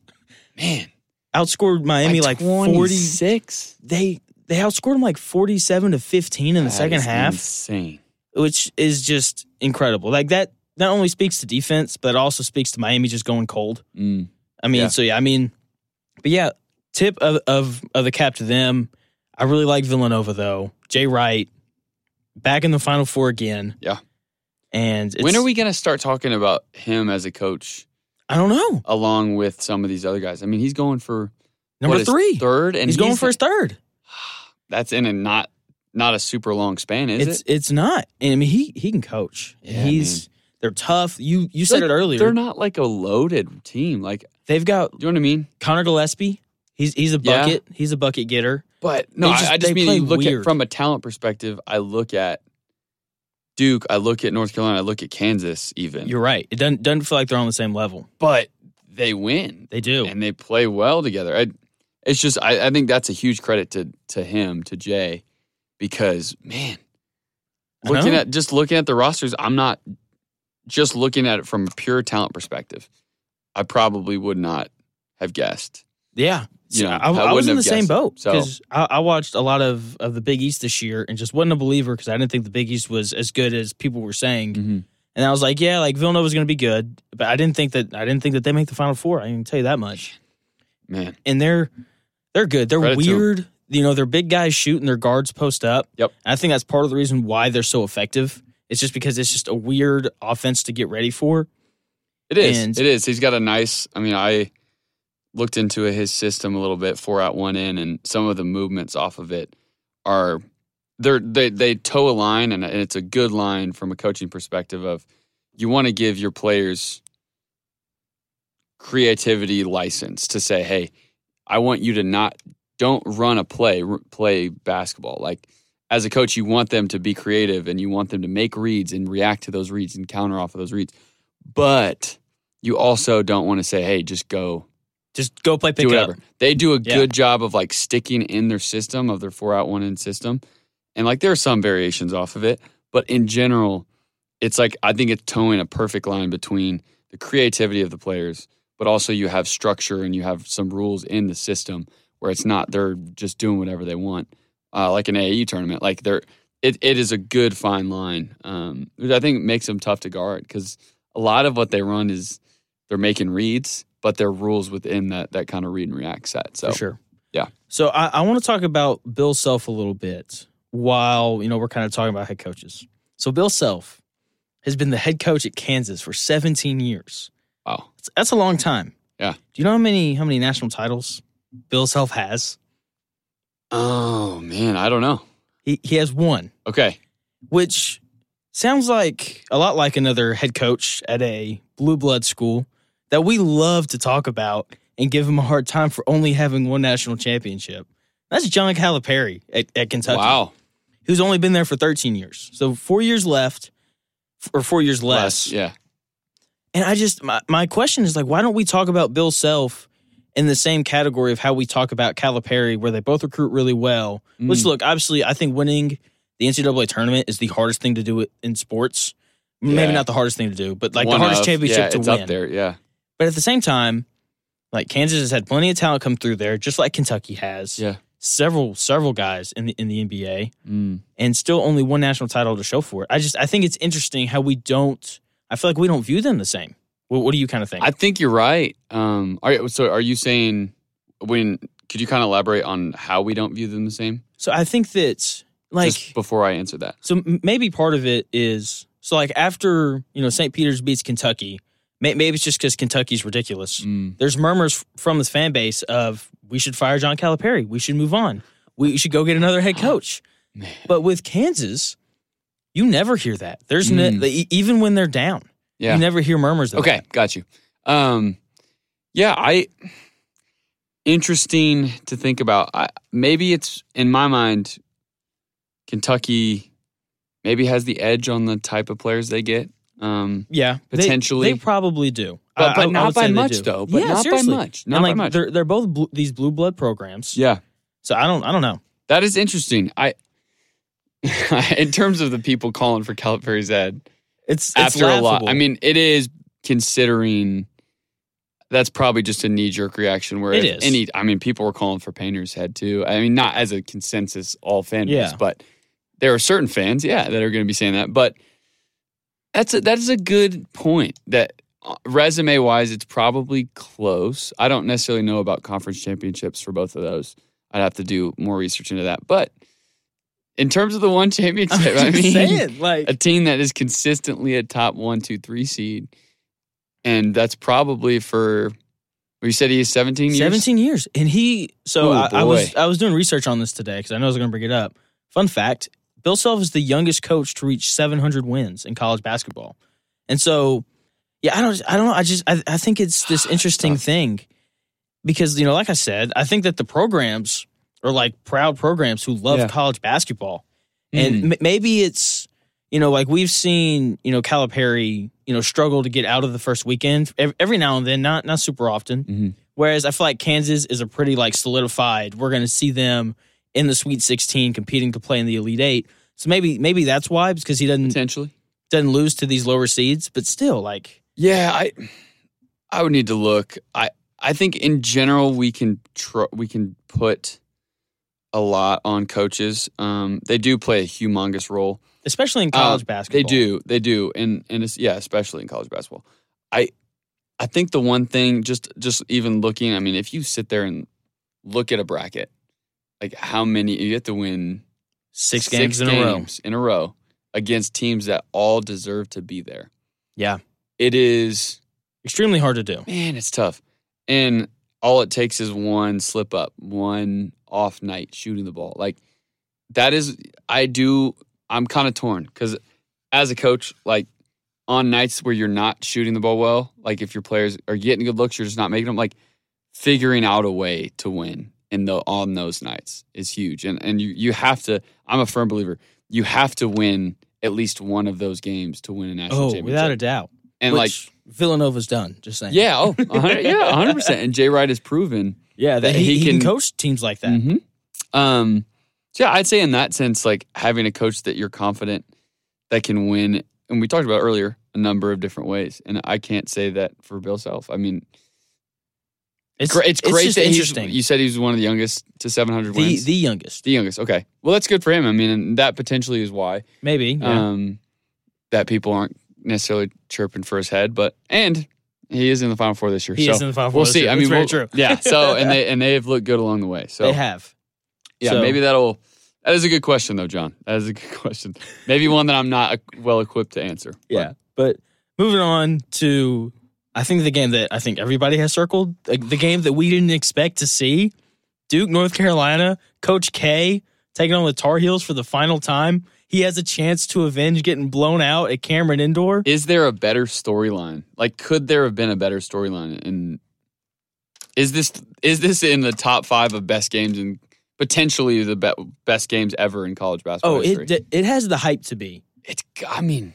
Speaker 2: man,
Speaker 1: Outscored Miami like, forty
Speaker 2: 26?
Speaker 1: they they outscored them like 47 to 15 in the
Speaker 2: That
Speaker 1: second
Speaker 2: is
Speaker 1: half
Speaker 2: Insane.
Speaker 1: which is just incredible like that not only speaks to defense but it also speaks to miami just going cold
Speaker 2: Mm.
Speaker 1: i mean
Speaker 2: Yeah.
Speaker 1: so yeah i mean but yeah tip of, of of the cap to them i really like villanova though jay wright back in the final four again
Speaker 2: Yeah.
Speaker 1: and it's,
Speaker 2: When are we going to start talking about him as a coach
Speaker 1: i don't know
Speaker 2: along with some of these other guys? I mean, he's going for
Speaker 1: number
Speaker 2: what, his
Speaker 1: three
Speaker 2: third, and
Speaker 1: he's, going for his third
Speaker 2: That's in a not not a super long span, is
Speaker 1: it's
Speaker 2: it?
Speaker 1: it's not and i mean he he can coach
Speaker 2: Yeah,
Speaker 1: he's they're tough you you said
Speaker 2: They're-
Speaker 1: it earlier
Speaker 2: They're not like a loaded team. Like,
Speaker 1: They've got
Speaker 2: you know what I mean?
Speaker 1: Connor Gillespie. He's he's a
Speaker 2: Yeah.
Speaker 1: bucket. He's a bucket getter.
Speaker 2: But no,
Speaker 1: They
Speaker 2: I-
Speaker 1: just-
Speaker 2: I,
Speaker 1: they
Speaker 2: just mean
Speaker 1: play
Speaker 2: you look
Speaker 1: weird.
Speaker 2: at from a talent perspective. I look at Duke. I look at North Carolina. I look at Kansas. Even,
Speaker 1: You're right. It doesn't doesn't feel like they're on the same level.
Speaker 2: but they win.
Speaker 1: They do.
Speaker 2: and they play well together. I, it's just I, I think that's a huge credit to to him to Jay because man,
Speaker 1: I know.
Speaker 2: looking at just looking at the rosters, I'm not just looking at it from a pure talent perspective. I probably would not have guessed.
Speaker 1: yeah.
Speaker 2: You know,
Speaker 1: I, I
Speaker 2: I wouldn't
Speaker 1: was in
Speaker 2: have
Speaker 1: the same
Speaker 2: guessed it.
Speaker 1: boat
Speaker 2: So-
Speaker 1: because I, I watched a lot of, of the Big East this year and just wasn't a believer because I didn't think the Big East was as good as people were saying.
Speaker 2: Mm.
Speaker 1: And I was like, yeah, like Villanova's going to be good, but I didn't think that I didn't think that they make the Final Four. I can tell you that much.
Speaker 2: Man,
Speaker 1: And they're they're good. They're
Speaker 2: Credit to 'em.
Speaker 1: weird. You know, they're big guys shooting their guards post up.
Speaker 2: Yep.
Speaker 1: And I think that's part of the reason why they're so effective. It's just because it's just a weird offense to get ready for.
Speaker 2: it is.
Speaker 1: And-
Speaker 2: it is. He's got a nice. I mean, I looked into his system a little bit, four out, one in, and some of the movements off of it are they're they they toe a line and and it's a good line from a coaching perspective of you want to give your players creativity license to say hey i want you to not don't run a play r- play basketball like as a coach you want them to be creative and you want them to make reads and react to those reads and counter off of those reads but you also don't want to say hey just go
Speaker 1: Just go play
Speaker 2: do
Speaker 1: pickup.
Speaker 2: whatever. They do a
Speaker 1: Yeah.
Speaker 2: good job of like sticking in their system of their four out one in system, and like there are some variations off of it, but in general, it's like I think it's towing a perfect line between the creativity of the players, but also you have structure and you have some rules in the system where it's not they're just doing whatever they want, uh, like an AAU tournament. Like they're it, it is a good fine line, um, which I think makes them tough to guard because a lot of what they run is they're making reads, but there are rules within that that kind of read and react set. So
Speaker 1: for sure.
Speaker 2: yeah.
Speaker 1: So I, I want to talk about Bill Self a little bit while, you know, we're kind of talking about head coaches. So Bill Self has been the head coach at Kansas for 17 years.
Speaker 2: wow,
Speaker 1: That's, that's a long time.
Speaker 2: Yeah.
Speaker 1: Do you know how many how many national titles Bill Self has?
Speaker 2: oh man, I don't know.
Speaker 1: He he has one,
Speaker 2: Okay,
Speaker 1: which sounds like a lot like another head coach at a blue blood school that we love to talk about and give him a hard time for only having one national championship. That's John Calipari at, at Kentucky.
Speaker 2: wow,
Speaker 1: who's only been there for 13 years. So four years left, f- or four years less.
Speaker 2: yeah,
Speaker 1: And I just, my, my question is like, why don't we talk about Bill Self in the same category of how we talk about Calipari, where they both recruit really well? Which,
Speaker 2: Mm.
Speaker 1: look, obviously, I think winning the NCAA tournament is the hardest thing to do it- in sports.
Speaker 2: Yeah.
Speaker 1: Maybe not the hardest thing to do, but like the
Speaker 2: One
Speaker 1: hardest
Speaker 2: of-
Speaker 1: championship
Speaker 2: yeah,
Speaker 1: to
Speaker 2: it's
Speaker 1: win.
Speaker 2: up there, yeah,
Speaker 1: But at the same time, like Kansas has had plenty of talent come through there, just like Kentucky has.
Speaker 2: Yeah.
Speaker 1: Several, several guys in the in the NBA
Speaker 2: Mm.
Speaker 1: and still only one national title to show for it. I just I think it's interesting how we don't. I feel like we don't view them the same. What, what do you kind of think?
Speaker 2: I think you're right. Um, all right, so are you saying when? Could you kind of elaborate on how we don't view them the same?
Speaker 1: so I think that like
Speaker 2: Just before I answer that,
Speaker 1: so m- maybe part of it is so like after you know St. Peter's beats Kentucky, may, maybe it's just because Kentucky's ridiculous.
Speaker 2: Mm.
Speaker 1: There's murmurs f- from this fan base of we should fire John Calipari. We should move on. We should go get another head coach.
Speaker 2: Man.
Speaker 1: But with Kansas, you never hear that. There's no,
Speaker 2: Mm.
Speaker 1: e- even when they're down,
Speaker 2: yeah,
Speaker 1: you never hear murmurs. Of
Speaker 2: Okay, got you. Um, yeah, I interesting to think about. I, maybe it's in my mind, Kentucky maybe has the edge on the type of players they get. Um,
Speaker 1: Yeah, they-
Speaker 2: Potentially.
Speaker 1: they, probably do, I-
Speaker 2: but,
Speaker 1: I-
Speaker 2: but
Speaker 1: I
Speaker 2: not
Speaker 1: would
Speaker 2: by
Speaker 1: say they
Speaker 2: much
Speaker 1: do.
Speaker 2: though. But
Speaker 1: Yeah,
Speaker 2: not
Speaker 1: seriously.
Speaker 2: by much. Not
Speaker 1: and
Speaker 2: by
Speaker 1: like
Speaker 2: much.
Speaker 1: they're they're both blue, these blue blood programs.
Speaker 2: Yeah,
Speaker 1: So I don't I don't know.
Speaker 2: that is interesting. I. in terms of the people calling for Calipari's head,
Speaker 1: It's, it's
Speaker 2: after a lot.
Speaker 1: laughable.
Speaker 2: I mean, it is considering that's probably just a knee jerk reaction. Where
Speaker 1: It
Speaker 2: if
Speaker 1: is.
Speaker 2: any, I mean, people were calling for Painter's head too. I mean, not as a consensus all fan base,
Speaker 1: Yeah.
Speaker 2: but there are certain fans, yeah, that are going to be saying that. But that's a, that is a good point. That resume wise, it's probably close. I don't necessarily know about conference championships for both of those. I'd have to do more research into that, but. In terms of the one
Speaker 1: I'm
Speaker 2: championship, I
Speaker 1: just
Speaker 2: mean,
Speaker 1: saying, like
Speaker 2: a team that is consistently a top one, two, three seed, and that's probably for. You said he's seventeen years.
Speaker 1: seventeen years, and he. So
Speaker 2: Oh,
Speaker 1: I, I was
Speaker 2: boy.
Speaker 1: I was doing research on this today because I know I was going to bring it up. Fun fact: Bill Self is the youngest coach to reach seven hundred wins in college basketball, and so yeah, I don't I don't know. I just I, I think it's this interesting
Speaker 2: Tough.
Speaker 1: thing because you know, like I said, I think that the programs are like proud programs who love
Speaker 2: Yeah.
Speaker 1: college basketball.
Speaker 2: Mm.
Speaker 1: And m- maybe it's, you know, like we've seen, you know, Calipari, you know, struggle to get out of the first weekend ev- every now and then, not not super often.
Speaker 2: Mhm.
Speaker 1: Whereas I feel like Kansas is a pretty like solidified. We're going to see them in the Sweet 16 competing to play in the Elite 8. So maybe maybe that's why because he doesn't
Speaker 2: potentially.
Speaker 1: doesn't lose to these lower seeds, but still like
Speaker 2: Yeah, I I would need to look. I I think in general we can tr- we can put a lot on coaches. Um, they do play a humongous role.
Speaker 1: especially in college
Speaker 2: Um,
Speaker 1: basketball.
Speaker 2: They do, they do, and and it's, yeah, especially in college basketball. I I think the one thing, just just even looking, I mean, if you sit there and look at a bracket, like how many you have to win
Speaker 1: 6 games in a row.
Speaker 2: games in a row against teams that all deserve to be there.
Speaker 1: Yeah.
Speaker 2: it is.
Speaker 1: Extremely hard to do.
Speaker 2: Man, it's tough, and all it takes is one slip up, one off night shooting the ball. Like that is, I do. I'm kind of torn because as a coach, like on nights where you're not shooting the ball well, like if your players are getting good looks, you're just not making them. Like figuring out a way to win in the on those nights is huge, and and you you have to. I'm a firm believer. You have to win at least one of those games to win a national
Speaker 1: Oh,
Speaker 2: championship.
Speaker 1: without a doubt.
Speaker 2: and like
Speaker 1: Which Villanova's done, just saying.
Speaker 2: yeah, oh, 100, yeah, hundred percent. And Jay Wright has proven
Speaker 1: Yeah, that,
Speaker 2: that
Speaker 1: he,
Speaker 2: he
Speaker 1: he can,
Speaker 2: can-
Speaker 1: coach teams like that.
Speaker 2: Mhm. Um, so yeah, I'd say in that sense, like having a coach that you're confident that can win, and we talked about earlier a number of different ways, and I can't say that for Bill Self. I mean,
Speaker 1: It's
Speaker 2: Great, it's great
Speaker 1: just
Speaker 2: that he's-
Speaker 1: interesting.
Speaker 2: you said he was one of the youngest to 700
Speaker 1: the
Speaker 2: wins.
Speaker 1: the youngest,
Speaker 2: the youngest. Okay. Well, that's good for him. I mean, and that potentially is why
Speaker 1: maybe. yeah.
Speaker 2: um, that people aren't necessarily chirping for his head, but and he is in the final four this year.
Speaker 1: he
Speaker 2: so
Speaker 1: is in the final four.
Speaker 2: we'll
Speaker 1: this
Speaker 2: see.
Speaker 1: year.
Speaker 2: I
Speaker 1: That's
Speaker 2: mean,
Speaker 1: very
Speaker 2: we'll-
Speaker 1: true.
Speaker 2: yeah. So and they and they have looked good along the way. So
Speaker 1: they have.
Speaker 2: yeah,
Speaker 1: so-
Speaker 2: maybe that'll. That is a good question, though, John. That is a good question. Maybe one that I'm not uh, well equipped to answer. but-
Speaker 1: Yeah. But moving on to, I think the game that I think everybody has circled, the, the game that we didn't expect to see Duke, North Carolina, Coach K taking on the Tar Heels for the final time. He has a chance to avenge getting blown out at Cameron Indoor.
Speaker 2: Is there a better storyline? Like, could there have been a better storyline? And is this is this in the top five of best games and potentially the be- best games ever in college basketball?
Speaker 1: oh,
Speaker 2: history?
Speaker 1: it, it has the hype to be.
Speaker 2: it's. I mean,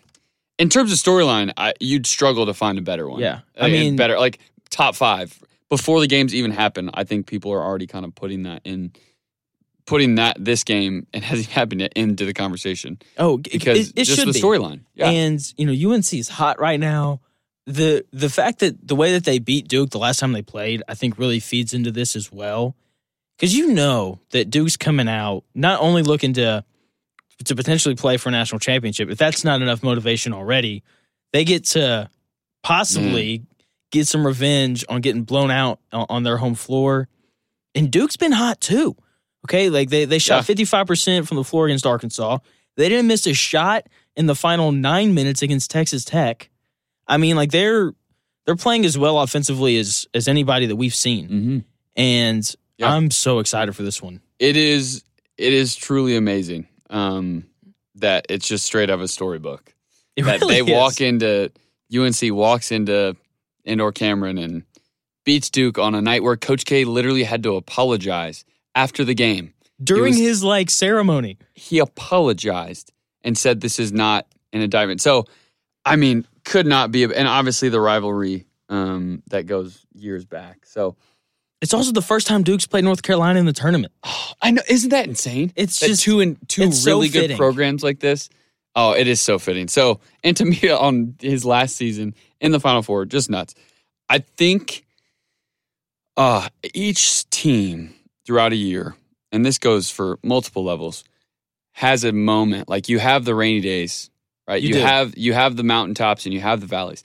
Speaker 2: in terms of storyline, I you'd struggle to find a better one.
Speaker 1: Yeah. I
Speaker 2: I mean,
Speaker 1: mean-
Speaker 2: better like top five before the games even happen. I think people are already kind of putting that in, putting that this game and hasn't happened yet into the conversation
Speaker 1: Oh, it-
Speaker 2: because
Speaker 1: it, it
Speaker 2: just
Speaker 1: should
Speaker 2: the
Speaker 1: be.
Speaker 2: storyline. Yeah,
Speaker 1: And you know, UNC is hot right now. The the fact that the way that they beat Duke the last time they played, I think really feeds into this as well. Cause you know that Duke's coming out not only looking to to potentially play for a national championship, if that's not enough motivation already, they get to possibly get some revenge on getting blown out on, on their home floor. And Duke's been hot too. Okay. Like they, they shot 55% from the floor against Arkansas. They didn't miss a shot in the final nine minutes against Texas Tech. I mean, like they're they're playing as well offensively as as anybody that we've seen.
Speaker 2: mm-hmm.
Speaker 1: And
Speaker 2: Yeah.
Speaker 1: I'm so excited for this one.
Speaker 2: it is it is truly amazing um, that it's just straight out of a storybook
Speaker 1: It
Speaker 2: that
Speaker 1: really
Speaker 2: they
Speaker 1: is.
Speaker 2: walk into UNC walks into indoor Cameron and beats Duke on a night where Coach K literally had to apologize after the game.
Speaker 1: during
Speaker 2: was-
Speaker 1: his like ceremony.
Speaker 2: He apologized and said this is not an indictment. So I mean, could not be, and obviously the rivalry um, that goes years back. So
Speaker 1: It's also the first time Duke's played North Carolina in the tournament.
Speaker 2: I know, isn't that insane?
Speaker 1: It's
Speaker 2: that
Speaker 1: just
Speaker 2: two and two
Speaker 1: it's so
Speaker 2: really good
Speaker 1: fitting.
Speaker 2: programs like this. Oh, it is so fitting. So, and to me, on his last season in the Final Four, just nuts. I think uh, each team throughout a year, and this goes for multiple levels, has a moment. Like you have the rainy days, right?
Speaker 1: You
Speaker 2: You,
Speaker 1: do.
Speaker 2: have you have the mountaintops and you have the valleys.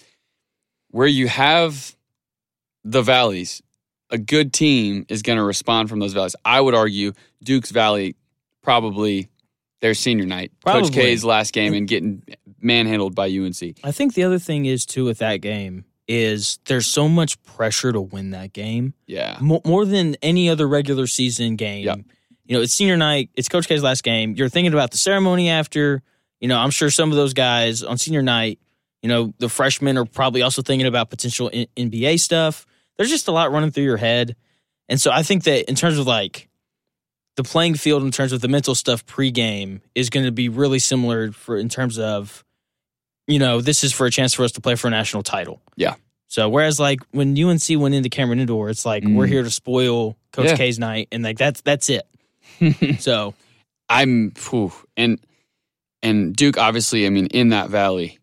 Speaker 2: Where you have the valleys, a good team is going to respond from those valleys. I would argue Duke's Valley probably their senior night,
Speaker 1: Probably.
Speaker 2: Coach K's last game, and getting manhandled by UNC.
Speaker 1: I think the other thing is too with that game is there's so much pressure to win that game.
Speaker 2: Yeah,
Speaker 1: more, more than any other regular season game.
Speaker 2: Yeah.
Speaker 1: You know, it's senior night. It's Coach K's last game. You're thinking about the ceremony after. You know, I'm sure some of those guys on senior night, you know, the freshmen are probably also thinking about potential N- NBA stuff. There's just a lot running through your head. And so I think that in terms of like the playing field, in terms of the mental stuff pregame, is going to be really similar for in terms of, you know, this is for a chance for us to play for a national title. So whereas like when UNC went into Cameron Indoor, it's like we're
Speaker 2: Mm.
Speaker 1: here to spoil Coach
Speaker 2: Yeah.
Speaker 1: K's night, and like that's that's it. so
Speaker 2: I'm phew, and and Duke obviously. I mean, in that valley,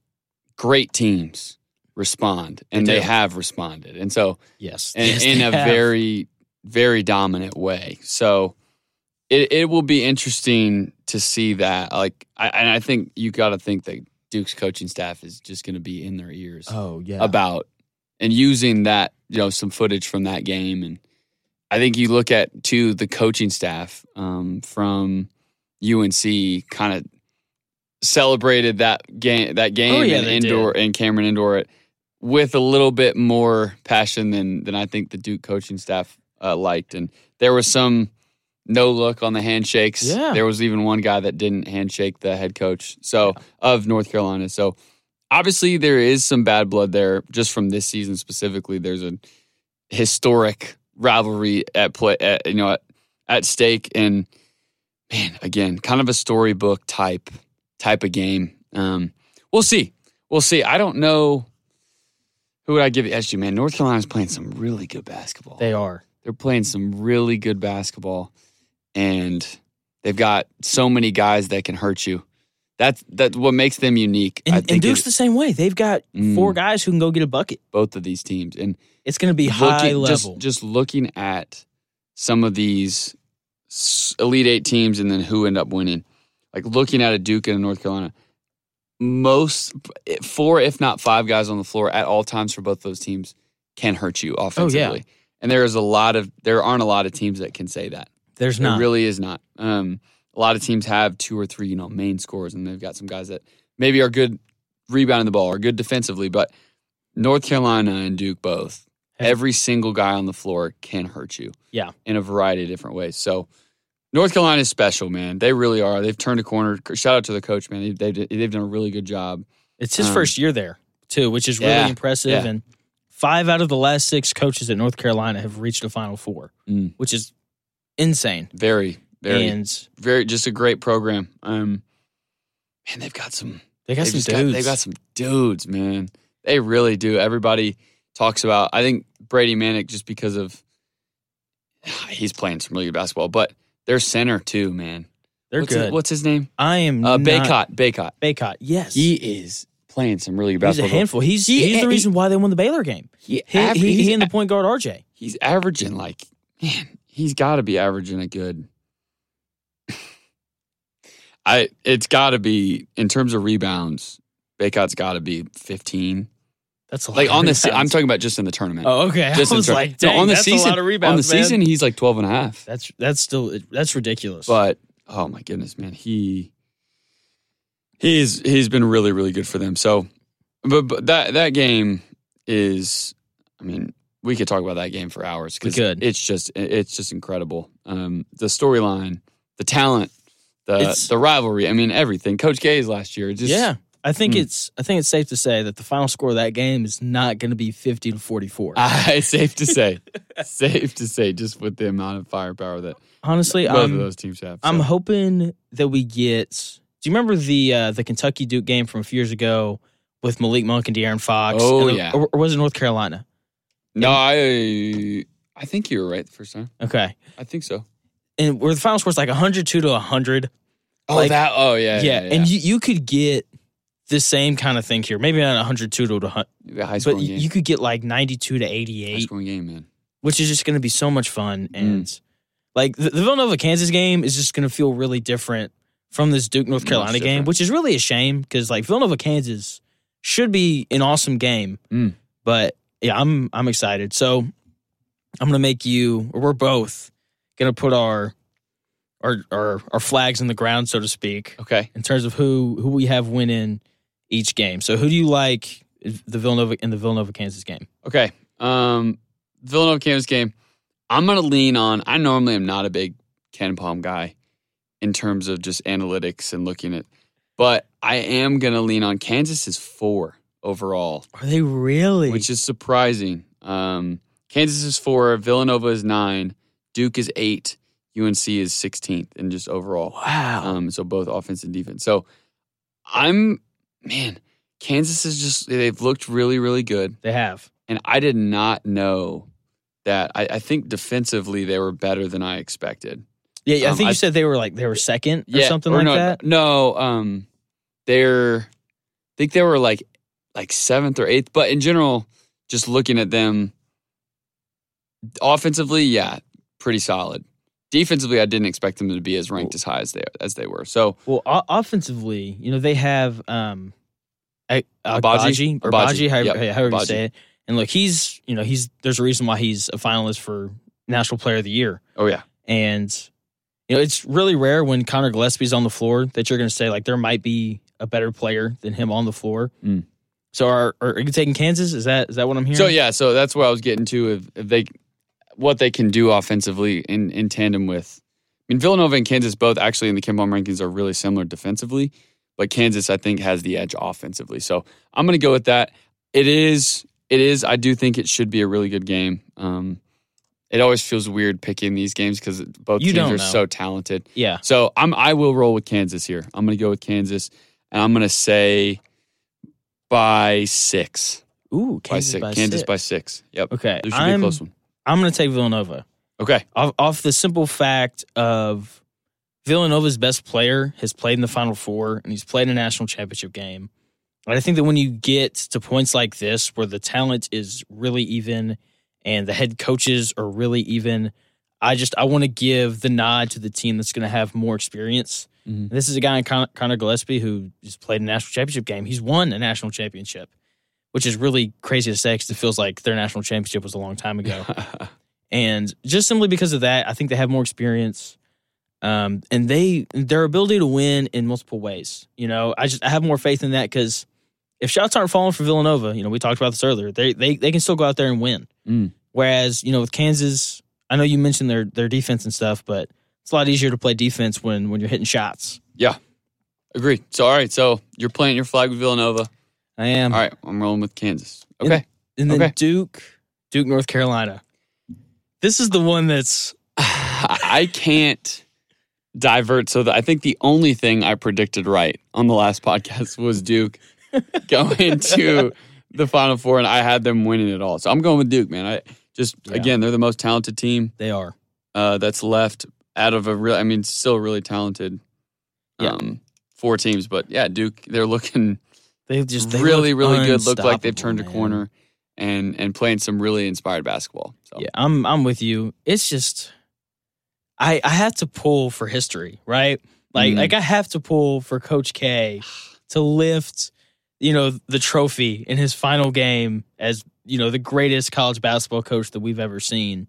Speaker 2: great teams respond, and
Speaker 1: They
Speaker 2: they,
Speaker 1: do.
Speaker 2: have responded, and so
Speaker 1: yes,
Speaker 2: in,
Speaker 1: yes,
Speaker 2: in
Speaker 1: they
Speaker 2: a
Speaker 1: have.
Speaker 2: very very dominant way. So it it will be interesting to see that. Like, I, and I think you got to think that Duke's coaching staff is just going to be in their ears.
Speaker 1: oh yeah
Speaker 2: about and using that, you know, some footage from that game. And I think you look at too the coaching staff um, from UNC kind of celebrated that game that game
Speaker 1: Oh, yeah,
Speaker 2: and
Speaker 1: they
Speaker 2: indoor and Cameron indoor it with a little bit more passion than than I think the Duke coaching staff uh, liked. And there was some no look on the handshakes.
Speaker 1: Yeah.
Speaker 2: There was even one guy that didn't handshake the head coach. So of North Carolina. So obviously there is some bad blood there just from this season specifically. There's a historic rivalry at play at, you know at, at stake and man again kind of a storybook type type of game. Um we'll see. We'll see. I don't know who would I give it SG man. North Carolina's playing some really good basketball
Speaker 1: they are.
Speaker 2: they're playing some really good basketball and they've got so many guys that can hurt you That's that's what makes them unique. I
Speaker 1: And, and
Speaker 2: think
Speaker 1: Duke's
Speaker 2: is
Speaker 1: the same way. They've got four
Speaker 2: Mm.
Speaker 1: guys who can go get a bucket.
Speaker 2: both of these teams and
Speaker 1: It's going to be high
Speaker 2: looking-
Speaker 1: level.
Speaker 2: Just, just looking at some of these s- Elite Eight teams and then who end up winning. Like looking at a Duke and a North Carolina, most four, if not five guys on the floor at all times for both those teams can hurt
Speaker 1: Oh,
Speaker 2: you offensively. And there is a lot of there aren't a lot of teams that can say that.
Speaker 1: There's
Speaker 2: It
Speaker 1: not.
Speaker 2: really is not. Um, a lot of teams have two or three, you know, main scorers, and they've got some guys that maybe are good rebounding the ball, are good defensively. But North Carolina and Duke both,
Speaker 1: Have-
Speaker 2: every single guy on the floor can hurt you.
Speaker 1: Yeah.
Speaker 2: in a variety of different ways. So North Carolina is special, man. They really are. They've turned a corner. Shout out to the coach, man. They- They've they've done a really good job.
Speaker 1: it's his
Speaker 2: um,
Speaker 1: first year there, too, which is really
Speaker 2: Yeah,
Speaker 1: impressive.
Speaker 2: yeah.
Speaker 1: And five out of the last six coaches at North Carolina have reached a Final Four,
Speaker 2: Mm.
Speaker 1: which is insane.
Speaker 2: Very, very,
Speaker 1: And
Speaker 2: very, just a great program. Um, man, they've got some.
Speaker 1: they got
Speaker 2: They've
Speaker 1: some
Speaker 2: just got-
Speaker 1: dudes.
Speaker 2: they've got some dudes, man. They really do. Everybody talks about. I think Brady Manic just because of he's playing some really good basketball, but their center too, man.
Speaker 1: They're
Speaker 2: what's
Speaker 1: good.
Speaker 2: His, what's his name?
Speaker 1: I am
Speaker 2: Uh,
Speaker 1: not-
Speaker 2: Baycott. Baycott.
Speaker 1: Baycott, yes.
Speaker 2: He is playing some really good
Speaker 1: he's
Speaker 2: basketball.
Speaker 1: a handful. He's,
Speaker 2: He-
Speaker 1: he's the
Speaker 2: he-
Speaker 1: reason why they won the Baylor game.
Speaker 2: He,
Speaker 1: He,
Speaker 2: aver-
Speaker 1: he,
Speaker 2: he's,
Speaker 1: he and the point guard, RJ.
Speaker 2: he's averaging like man. He's got to be averaging a good. I it's got to be in terms of rebounds. Baycott's got to be fifteen.
Speaker 1: That's a lot
Speaker 2: Like
Speaker 1: of
Speaker 2: on the, se- I'm
Speaker 1: rebounds.
Speaker 2: talking about just in the tournament.
Speaker 1: Oh, okay.
Speaker 2: Just
Speaker 1: I
Speaker 2: in
Speaker 1: was
Speaker 2: ter-
Speaker 1: like,
Speaker 2: No,
Speaker 1: dang,
Speaker 2: on the
Speaker 1: that's
Speaker 2: season,
Speaker 1: a lot of rebounds,
Speaker 2: on the
Speaker 1: man.
Speaker 2: season, he's like 12 and a half.
Speaker 1: That's that's still that's ridiculous.
Speaker 2: But oh my goodness, man, he he's he's been really really good for them. So, but, but that that game is, I mean, we could talk about that game for hours
Speaker 1: We
Speaker 2: because
Speaker 1: could.
Speaker 2: it's just it's just incredible. Um, the storyline, the talent, the
Speaker 1: It's-
Speaker 2: the rivalry. I mean, everything. Coach K's last year, just
Speaker 1: yeah, I think
Speaker 2: Hmm.
Speaker 1: it's I think it's safe to say that the final score of that game is not going to be fifty to forty four.
Speaker 2: I, safe to say, safe to say, just with the amount of firepower that
Speaker 1: Honestly,
Speaker 2: both of
Speaker 1: I'm
Speaker 2: those teams have.
Speaker 1: I'm
Speaker 2: so.
Speaker 1: hoping that we get. Do you remember the uh, the Kentucky Duke game from a few years ago with Malik Monk and De'Aaron Fox?
Speaker 2: Oh,
Speaker 1: And the-
Speaker 2: yeah.
Speaker 1: or, or was it North Carolina?
Speaker 2: No, I I think you were right the first time.
Speaker 1: Okay,
Speaker 2: I think so.
Speaker 1: and where the final score is like hundred two to hundred.
Speaker 2: Oh,
Speaker 1: Like-
Speaker 2: that. Oh, yeah,
Speaker 1: Yeah,
Speaker 2: yeah. yeah,
Speaker 1: and you, you could get the same kind of thing here. Maybe not hundred two to hundred,
Speaker 2: the high
Speaker 1: but
Speaker 2: scoring
Speaker 1: you,
Speaker 2: game.
Speaker 1: you could get like ninety two to eighty
Speaker 2: high
Speaker 1: eight.
Speaker 2: scoring game, man.
Speaker 1: which is just going to be so much fun.
Speaker 2: Mm.
Speaker 1: And like the, the Villanova Kansas game is just going to feel really different from this Duke North
Speaker 2: Much
Speaker 1: Carolina game,
Speaker 2: different.
Speaker 1: which is really a shame because like Villanova Kansas should be an awesome game.
Speaker 2: Mm.
Speaker 1: But yeah, I'm I'm excited. So I'm gonna make you, or we're both gonna put our our our, our flags in the ground, so to speak,
Speaker 2: Okay.
Speaker 1: in terms of who who we have winning each game. So who do you like? eh, The Villanova in the Villanova Kansas game.
Speaker 2: Okay. Um, Villanova Kansas game. I'm gonna lean on. I normally am not a big Ken Palm guy in terms of just analytics and looking at, but I am gonna lean on Kansas is four overall,
Speaker 1: Are they really?
Speaker 2: which is surprising. Um, Kansas is four. Villanova is nine. Duke is eight. UNC is 16th and just overall.
Speaker 1: wow.
Speaker 2: Um, so both offense and defense. So I'm man, Kansas is just they've looked really, really good.
Speaker 1: They have.
Speaker 2: And I did not know that I, I think defensively they were better than I expected.
Speaker 1: Yeah, yeah, I
Speaker 2: Um,
Speaker 1: think you
Speaker 2: I-
Speaker 1: said they were like they were second or something
Speaker 2: or
Speaker 1: like
Speaker 2: no,
Speaker 1: that.
Speaker 2: No, um they're I think they were like like seventh or eighth, but in general, just looking at them offensively, yeah, pretty solid. Defensively, I didn't expect them to be as ranked as high as they as they were. So
Speaker 1: Well, o- offensively, you know they have um, A-
Speaker 2: Abaji?
Speaker 1: Agbaji, or
Speaker 2: Abaji,
Speaker 1: Abaji, however,
Speaker 2: yep,
Speaker 1: however you
Speaker 2: Abaji.
Speaker 1: say it. And look, he's you know he's there's a reason why he's a finalist for National Player of the Year.
Speaker 2: oh yeah.
Speaker 1: And you know it's really rare when Connor Gillespie's on the floor that you're going to say like there might be a better player than him on the floor.
Speaker 2: Mm.
Speaker 1: So are, are are you taking Kansas? Is that is that what I'm hearing?
Speaker 2: So yeah, so that's what I was getting to. If, if they, what they can do offensively in in tandem with, I mean Villanova and Kansas both actually in the Kimball rankings are really similar defensively, but Kansas I think has the edge offensively. So I'm gonna go with that. It is it is I do think it should be a really good game. Um, it always feels weird picking these games because both
Speaker 1: You
Speaker 2: teams
Speaker 1: don't
Speaker 2: are
Speaker 1: know.
Speaker 2: so talented.
Speaker 1: yeah.
Speaker 2: So I'm I will roll with Kansas here. I'm gonna go with Kansas, and I'm gonna say by six
Speaker 1: Ooh,
Speaker 2: by
Speaker 1: Kansas
Speaker 2: six.
Speaker 1: by
Speaker 2: Kansas
Speaker 1: six.
Speaker 2: by six. Yep.
Speaker 1: Okay,
Speaker 2: This should be a
Speaker 1: I'm
Speaker 2: close one.
Speaker 1: I'm going to take Villanova.
Speaker 2: Okay.
Speaker 1: off, off the simple fact of Villanova's best player has played in the Final Four and he's played a national championship game. And I think that when you get to points like this where the talent is really even and the head coaches are really even, I just I want to give the nod to the team that's going to have more experience.
Speaker 2: Mhm.
Speaker 1: This is a guy in Con- Connor Gillespie who just played a national championship game. He's won a national championship, which is really crazy to say because it feels like their national championship was a long time ago. and just simply because of that, I think they have more experience, um, and they their ability to win in multiple ways. You know, I just I have more faith in that because if shots aren't falling for Villanova, you know, we talked about this earlier. They they they can still go out there and win.
Speaker 2: Mm.
Speaker 1: Whereas you know with Kansas, I know you mentioned their their defense and stuff, but it's a lot easier to play defense when when you're hitting shots.
Speaker 2: Agreed. So, all right. So you're playing your flag with Villanova.
Speaker 1: I am.
Speaker 2: All right. I'm rolling with Kansas. Okay.
Speaker 1: And then
Speaker 2: okay.
Speaker 1: Duke, Duke, North Carolina. This is the one that's
Speaker 2: I can't divert. So, the, I think the only thing I predicted right on the last podcast was Duke going to the Final Four, and I had them winning it all. So, I'm going with Duke, man. I just,
Speaker 1: Yeah.
Speaker 2: again, they're the most talented team
Speaker 1: they are.
Speaker 2: uh, that's left out of a real, I mean, still really talented
Speaker 1: Yeah.
Speaker 2: um, four teams. But yeah, Duke, they're looking.
Speaker 1: They just they
Speaker 2: really,
Speaker 1: look
Speaker 2: really good. Look like they've turned a
Speaker 1: unstoppable, man.
Speaker 2: corner and and playing some really inspired basketball. So
Speaker 1: Yeah, I'm I'm with you. It's just I I have to pull for history, right? Like
Speaker 2: Mhm.
Speaker 1: like I have to pull for Coach K to lift, you know, the trophy in his final game as, you know, the greatest college basketball coach that we've ever seen.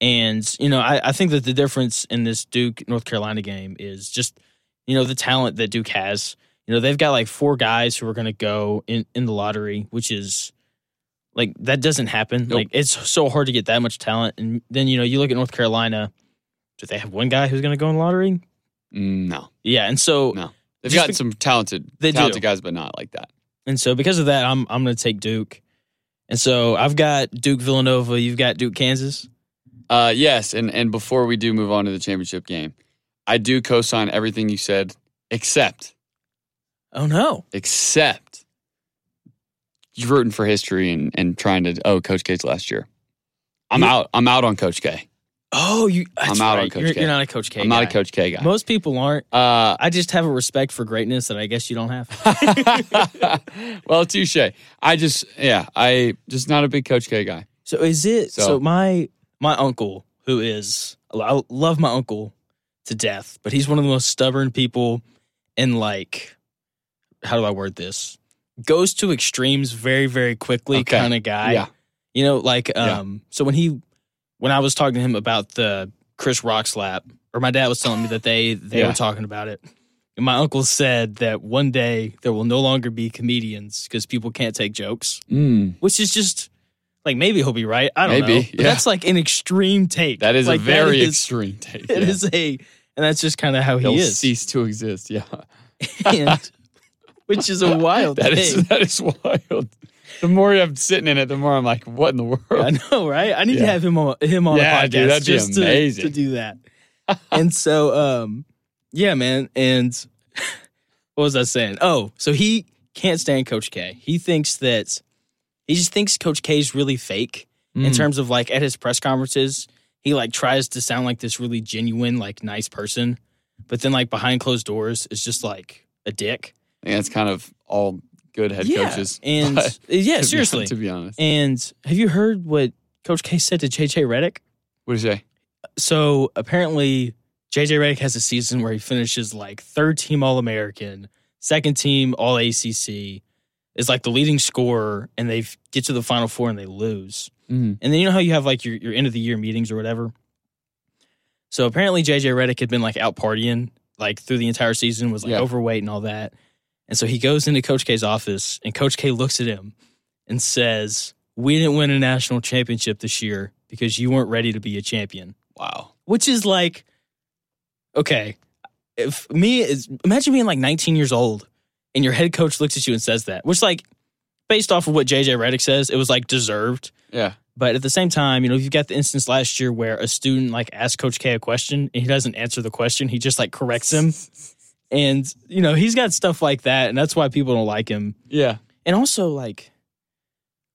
Speaker 1: And, you know, I, I think that the difference in this Duke North Carolina game is just, you know, the talent that Duke has. You know, they've got like four guys who are gonna go in, in the lottery, which is like that doesn't happen.
Speaker 2: Nope.
Speaker 1: Like it's so hard to get that much talent. And then, you know, you look at North Carolina, do they have one guy who's gonna go in the lottery?
Speaker 2: Mm, no,
Speaker 1: Yeah. And so
Speaker 2: No. they've
Speaker 1: Just
Speaker 2: got
Speaker 1: be-
Speaker 2: some talented,
Speaker 1: They do.
Speaker 2: talented guys, but not like that.
Speaker 1: And so because of that, I'm I'm gonna take Duke. And so I've got Duke Villanova, you've got Duke Kansas.
Speaker 2: Uh, yes, and and before we do move on to the championship game, I do co-sign everything you said, except
Speaker 1: Oh no.
Speaker 2: except you're rooting for history and and trying to oh Coach K's last year. I'm
Speaker 1: Yeah.
Speaker 2: out. I'm out on Coach K.
Speaker 1: Oh you that's
Speaker 2: I'm out on
Speaker 1: right.
Speaker 2: Coach
Speaker 1: you're,
Speaker 2: K.
Speaker 1: you're not a Coach K.
Speaker 2: am not a
Speaker 1: guy.
Speaker 2: Coach K guy.
Speaker 1: Most people aren't.
Speaker 2: Uh,
Speaker 1: I just have a respect for greatness that I guess you don't have.
Speaker 2: well, touche. I just, yeah, I just not a big Coach K guy.
Speaker 1: So is it so,
Speaker 2: So-
Speaker 1: my my uncle who is I love my uncle to death, but he's one of the most stubborn people and like how do I word this? Goes to extremes very, very quickly
Speaker 2: Okay.
Speaker 1: kind of guy.
Speaker 2: yeah,
Speaker 1: You know, like
Speaker 2: Yeah.
Speaker 1: um so when he when I was talking to him about the Chris Rock slap, or my dad was telling me that they they
Speaker 2: Yeah.
Speaker 1: were talking about it. And my uncle said that one day there will no longer be comedians because people can't take jokes,
Speaker 2: Mm,
Speaker 1: which is just like maybe he'll be right. I don't
Speaker 2: Maybe,
Speaker 1: know. But
Speaker 2: yeah.
Speaker 1: That's like an extreme take.
Speaker 2: that is
Speaker 1: like,
Speaker 2: a very
Speaker 1: that is,
Speaker 2: extreme take.
Speaker 1: it
Speaker 2: yeah.
Speaker 1: is a and that's just kind of how he
Speaker 2: They'll
Speaker 1: is,
Speaker 2: cease to exist. Yeah,
Speaker 1: And- which is a wild
Speaker 2: that
Speaker 1: thing.
Speaker 2: is that is wild. The more I'm sitting in it, the more I'm like, what in the world?
Speaker 1: I know, right? I need to
Speaker 2: Yeah.
Speaker 1: have him on him on a
Speaker 2: Yeah,
Speaker 1: podcast
Speaker 2: dude, that'd be
Speaker 1: just to-
Speaker 2: amazing.
Speaker 1: To, do that. and so, um, yeah, man. And what was I saying? Oh, so he can't stand Coach K. He thinks that he just thinks Coach K is really fake in
Speaker 2: Mm.
Speaker 1: terms of like at his press conferences, he like tries to sound like this really genuine, like nice person, but then like behind closed doors is just like a dick.
Speaker 2: I think that's kind of all good head
Speaker 1: yeah,
Speaker 2: coaches.
Speaker 1: and
Speaker 2: but
Speaker 1: yeah,
Speaker 2: to be-
Speaker 1: seriously.
Speaker 2: to be honest,
Speaker 1: and have you heard what Coach K said to JJ Reddick?
Speaker 2: what did you say?
Speaker 1: so apparently JJ Redick has a season where he finishes like third team All American, second team All ACC, is like the leading scorer, and they f- get to the Final Four and they lose.
Speaker 2: Mm.
Speaker 1: And then you know how you have like your, your end of the year meetings or whatever. So apparently JJ Redick had been like out partying like through the entire season, was like
Speaker 2: Yeah.
Speaker 1: overweight and all that. And so he goes into Coach K's office and Coach K looks at him and says, We didn't win a national championship this year because you weren't ready to be a champion
Speaker 2: Wow.
Speaker 1: which is like okay if me is imagine being like 19 years old and your head coach looks at you and says that which like based off of what jj reddick says it was like deserved
Speaker 2: Yeah.
Speaker 1: but at the same time you know you've got the instance last year where a student like asked coach k a question and he doesn't answer the question he just like corrects him and you know he's got stuff like that and that's why people don't like him
Speaker 2: Yeah.
Speaker 1: and also like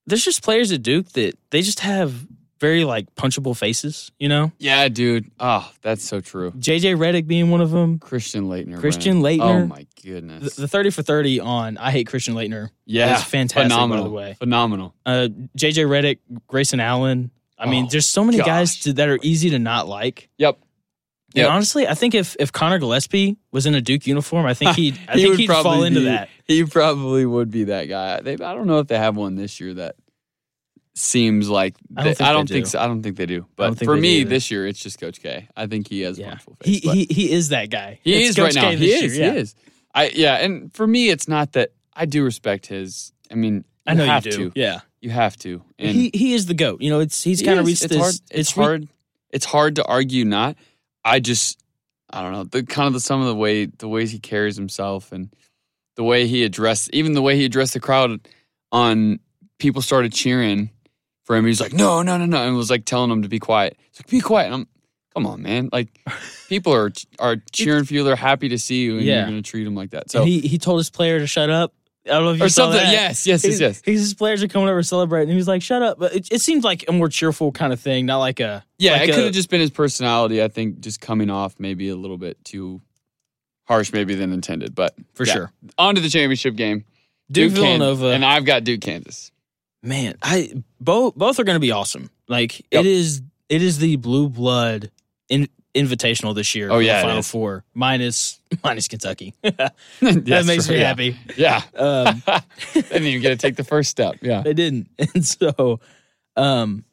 Speaker 1: there's just players at duke that they just have very like punchable faces, you know?
Speaker 2: Yeah, dude. Oh, that's so true.
Speaker 1: JJ Redick being one of them.
Speaker 2: Christian Leitner.
Speaker 1: Christian
Speaker 2: man.
Speaker 1: Laettner.
Speaker 2: Oh my
Speaker 1: The,
Speaker 2: goodness.
Speaker 1: the 30 for 30 on I Hate Christian Leitner
Speaker 2: yeah.
Speaker 1: is fantastic,
Speaker 2: phenomenal.
Speaker 1: by the way.
Speaker 2: Phenomenal.
Speaker 1: Uh, JJ Redick, Grayson Allen. I mean,
Speaker 2: Oh,
Speaker 1: there's so many
Speaker 2: gosh.
Speaker 1: guys to, that are easy to not like.
Speaker 2: Yep.
Speaker 1: And
Speaker 2: Yep.
Speaker 1: honestly, I think if, if Connor Gillespie was in a Duke uniform, I think he'd I think
Speaker 2: would
Speaker 1: he'd fall
Speaker 2: probably
Speaker 1: into
Speaker 2: be-
Speaker 1: that.
Speaker 2: He probably would be that guy. They, I don't know if they have one this year that seems like
Speaker 1: I don't
Speaker 2: they-
Speaker 1: think
Speaker 2: I don't
Speaker 1: they
Speaker 2: think
Speaker 1: do.
Speaker 2: so. I don't think they do.
Speaker 1: don't
Speaker 2: But
Speaker 1: think
Speaker 2: for
Speaker 1: they do
Speaker 2: me
Speaker 1: either.
Speaker 2: this year, it's just Coach K. I think he has a
Speaker 1: Yeah.
Speaker 2: wonderful face.
Speaker 1: He,
Speaker 2: but-
Speaker 1: he he is that guy.
Speaker 2: He
Speaker 1: It's
Speaker 2: is
Speaker 1: Coach
Speaker 2: right now.
Speaker 1: K
Speaker 2: He
Speaker 1: this
Speaker 2: is.
Speaker 1: year, yeah.
Speaker 2: He is. I yeah, and for me, it's not that I do respect his. I mean,
Speaker 1: I know
Speaker 2: have
Speaker 1: you do.
Speaker 2: to.
Speaker 1: Yeah.
Speaker 2: You have to. And
Speaker 1: he he is the goat. You know, it's he's
Speaker 2: he
Speaker 1: kind of
Speaker 2: is.
Speaker 1: reached
Speaker 2: it's
Speaker 1: this.
Speaker 2: Hard, it's
Speaker 1: re-
Speaker 2: hard. It's hard to argue not. I just, I don't know. The kind of the some of the way the ways he carries himself and the way he addressed, even the way he addressed the crowd on people started cheering for him. He's like, no, no, no, no, and was like telling them to be quiet. He's like, be quiet. And I'm, come on, man. Like, people are are cheering for you. They're happy to see you, and
Speaker 1: Yeah.
Speaker 2: you're gonna treat them like that. So
Speaker 1: he he told his player to shut up. I don't know if you
Speaker 2: or
Speaker 1: saw
Speaker 2: something.
Speaker 1: that.
Speaker 2: Yes, yes, yes,
Speaker 1: He's,
Speaker 2: yes.
Speaker 1: he's- his players are coming over celebrating. He was like, "Shut up!" But it, it seemed like a more cheerful kind of thing, not like a
Speaker 2: Yeah,
Speaker 1: like
Speaker 2: it could
Speaker 1: a-
Speaker 2: have just been his personality. I think just coming off maybe a little bit too harsh, maybe than intended. But
Speaker 1: for
Speaker 2: yeah.
Speaker 1: sure.
Speaker 2: on to the championship game,
Speaker 1: Duke,
Speaker 2: Kan-
Speaker 1: Villanova,
Speaker 2: and I've got Duke Kansas.
Speaker 1: man, I both both are going to be awesome. Like it
Speaker 2: Yep.
Speaker 1: is it is the blue blood in, invitational this year.
Speaker 2: Oh,
Speaker 1: for the
Speaker 2: yeah, it
Speaker 1: Final
Speaker 2: is.
Speaker 1: Four minus minus Kentucky. that
Speaker 2: that
Speaker 1: makes me happy.
Speaker 2: Yeah,
Speaker 1: Um,
Speaker 2: didn't even get to take the first step. Yeah,
Speaker 1: they didn't. And so, um,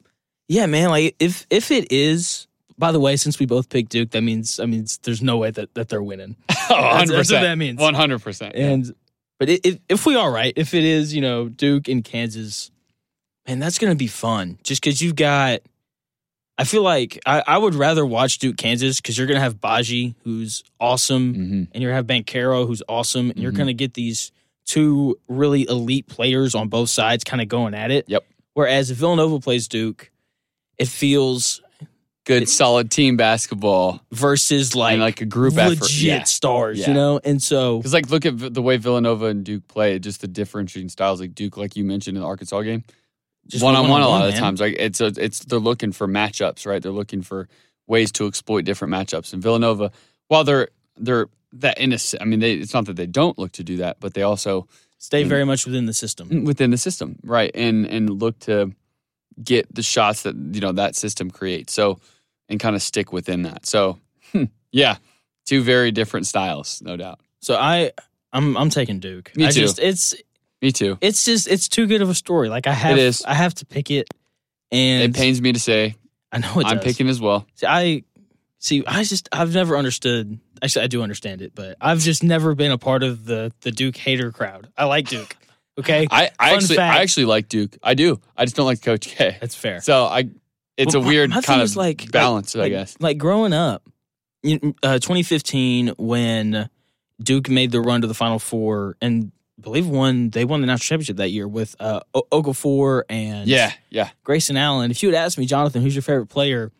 Speaker 1: yeah, man, like if if it is, by the way, since we both picked Duke, that means I mean there's no way that, that they're winning. That's- that's what that means.
Speaker 2: Oh, one hundred percent.
Speaker 1: And but i- if if we are right, if it is, you know, Duke and Kansas, man, that's gonna be fun. Just because you've got, I feel like I, I would rather watch Duke Kansas because you're gonna have Baji, who's awesome
Speaker 2: hmm
Speaker 1: and you're gonna have Bankero, who's awesome, and you're
Speaker 2: Mhm.
Speaker 1: going to get these two really elite players on both sides kind of going at it.
Speaker 2: Yep.
Speaker 1: Whereas if Villanova plays Duke, it feels
Speaker 2: Good, solid team basketball
Speaker 1: versus like,
Speaker 2: and like a group
Speaker 1: legit
Speaker 2: effort. Yeah.
Speaker 1: stars,
Speaker 2: Yeah.
Speaker 1: you know? And so,
Speaker 2: Because like, look at v- the way Villanova and Duke play, just the differentiating styles. Like Duke, like you mentioned in the Arkansas game,
Speaker 1: just
Speaker 2: one on one a
Speaker 1: one-on-one,
Speaker 2: lot of
Speaker 1: man.
Speaker 2: times. Like it's a, it's they're looking for matchups, right? They're looking for ways to exploit different matchups. And Villanova, while they're they're that innocent, I mean, they, it's not that they don't look to do that, but they also
Speaker 1: stay
Speaker 2: Mm-hmm.
Speaker 1: very much within the system.
Speaker 2: within the system, right? And and look to get the shots that you know that system creates. So and kind of stick within that. So hmm, yeah, two very different styles, no doubt.
Speaker 1: So I, I'm, I'm taking Duke.
Speaker 2: Me
Speaker 1: I
Speaker 2: too.
Speaker 1: Just, it's,
Speaker 2: Me too.
Speaker 1: it's just, it's too good of a story. Like I have,
Speaker 2: is.
Speaker 1: I have to pick it. And
Speaker 2: it pains me to say
Speaker 1: I know it
Speaker 2: I'm
Speaker 1: does.
Speaker 2: picking as well.
Speaker 1: See, I see. I just I've never understood. Actually, I do understand it, but I've just never been a part of the the Duke hater crowd. I like Duke. Okay,
Speaker 2: I, I
Speaker 1: Fun
Speaker 2: actually
Speaker 1: fact.
Speaker 2: I actually like Duke. I do. I just don't like Coach K.
Speaker 1: that's fair.
Speaker 2: So I, it's
Speaker 1: Well,
Speaker 2: a
Speaker 1: my-
Speaker 2: weird
Speaker 1: my thing
Speaker 2: kind
Speaker 1: is,
Speaker 2: of
Speaker 1: like-
Speaker 2: like balance, I
Speaker 1: like,
Speaker 2: guess.
Speaker 1: Like growing up, you- uh, 2015 when Duke made the run to the Final Four and I believe won they won the national championship that year with uh, o- Okafor and
Speaker 2: Yeah, yeah.
Speaker 1: Grayson Allen. If you had asked me, Jonathan, who's your favorite player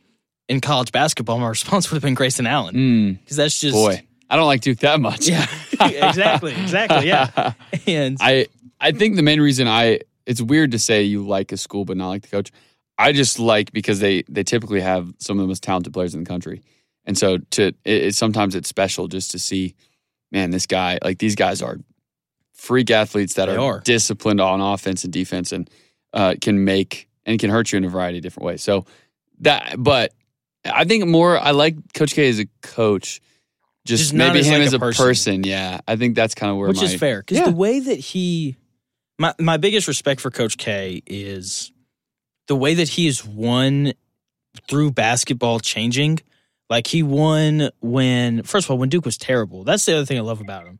Speaker 1: in college basketball, my response would have been Grayson Allen
Speaker 2: Mm,
Speaker 1: because that's just
Speaker 2: boy, I don't like Duke that much.
Speaker 1: Yeah, exactly, exactly. Yeah, and
Speaker 2: I I think the main reason I it's weird to say you like a school but not like the coach. I just like because they they typically have some of the most talented players in the country, and so to it, it sometimes it's special just to see, man, this guy like these guys are freak athletes that
Speaker 1: They
Speaker 2: are,
Speaker 1: are.
Speaker 2: disciplined on offense and defense and uh, can make and can hurt you in a variety of different ways. So that, but I think more I like Coach K as a coach. Just,
Speaker 1: Just not
Speaker 2: maybe
Speaker 1: as
Speaker 2: him
Speaker 1: like
Speaker 2: as
Speaker 1: a
Speaker 2: a
Speaker 1: person.
Speaker 2: person. yeah. I think that's kind of where
Speaker 1: which
Speaker 2: my
Speaker 1: is fair because
Speaker 2: Yeah.
Speaker 1: the way that he my, my biggest respect for coach k is the way that he has won through basketball changing like he won when first of all when duke was terrible that's the other thing i love about him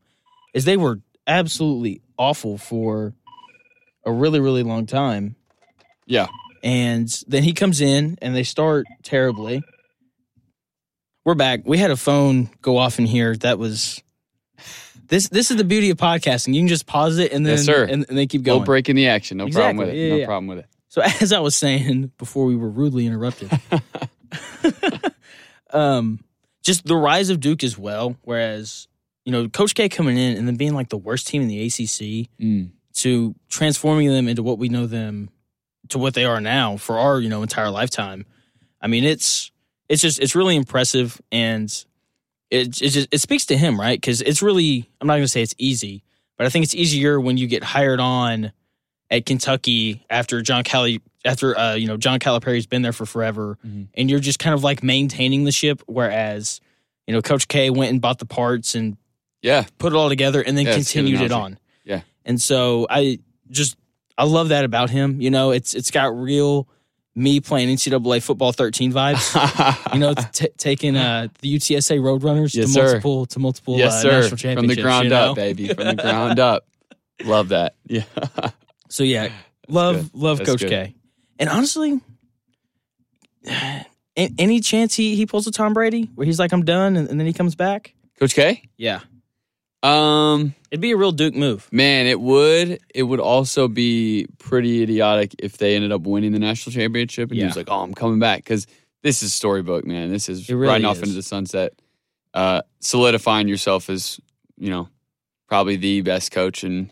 Speaker 1: is they were absolutely awful for a really really long time
Speaker 2: yeah.
Speaker 1: and then he comes in and they start terribly. We're back. We had a phone go off in here that was this this is the beauty of podcasting. You can just pause it and then
Speaker 2: Yes, sir.
Speaker 1: and, and then keep
Speaker 2: No
Speaker 1: going.
Speaker 2: breaking the action. No problem with
Speaker 1: Exactly.
Speaker 2: it.
Speaker 1: Yeah,
Speaker 2: no
Speaker 1: yeah.
Speaker 2: problem with it.
Speaker 1: So as I was saying before we were rudely interrupted. um just the rise of Duke as well, whereas you know, Coach K coming in and then being like the worst team in the ACC,
Speaker 2: Mm.
Speaker 1: to transforming them into what we know them to what they are now for our you know entire lifetime. I mean, it's it's just it's really impressive, and it it just it speaks to him, right? Because it's really I'm not going to say it's easy, but I think it's easier when you get hired on at Kentucky after John Cali after uh, you know John Calipari's been there for forever,
Speaker 2: Mhm.
Speaker 1: and you're just kind of like maintaining the ship, whereas you know Coach K went and bought the parts and
Speaker 2: Yeah.
Speaker 1: put it all together and then
Speaker 2: Yeah, it's a good
Speaker 1: continued it
Speaker 2: analogy.
Speaker 1: on.
Speaker 2: Yeah.
Speaker 1: And so I just I love that about him. You know, it's it's got real me playing NCAA football 13 vibes. You know, t- taking uh, the UTSA Roadrunners
Speaker 2: Yes,
Speaker 1: to
Speaker 2: sir.
Speaker 1: multiple to multiple
Speaker 2: yes,
Speaker 1: uh,
Speaker 2: sir.
Speaker 1: national
Speaker 2: From the
Speaker 1: championships.
Speaker 2: ground
Speaker 1: you know?
Speaker 2: up, baby. From the ground up. Love that. Yeah.
Speaker 1: So yeah, love love
Speaker 2: That's
Speaker 1: Coach
Speaker 2: good.
Speaker 1: K. And honestly, a- any chance he he pulls a Tom Brady where he's like I'm done and, and then he comes back?
Speaker 2: Coach K?
Speaker 1: Yeah,
Speaker 2: Um,
Speaker 1: it'd be a real Duke move.
Speaker 2: man, it would it would also be pretty idiotic if they ended up winning the national championship and he
Speaker 1: Yeah.
Speaker 2: was like, "Oh, I'm coming back" because this is storybook, man. This is
Speaker 1: It really
Speaker 2: riding off
Speaker 1: is.
Speaker 2: into the sunset, uh, solidifying yourself as you know probably the best coach in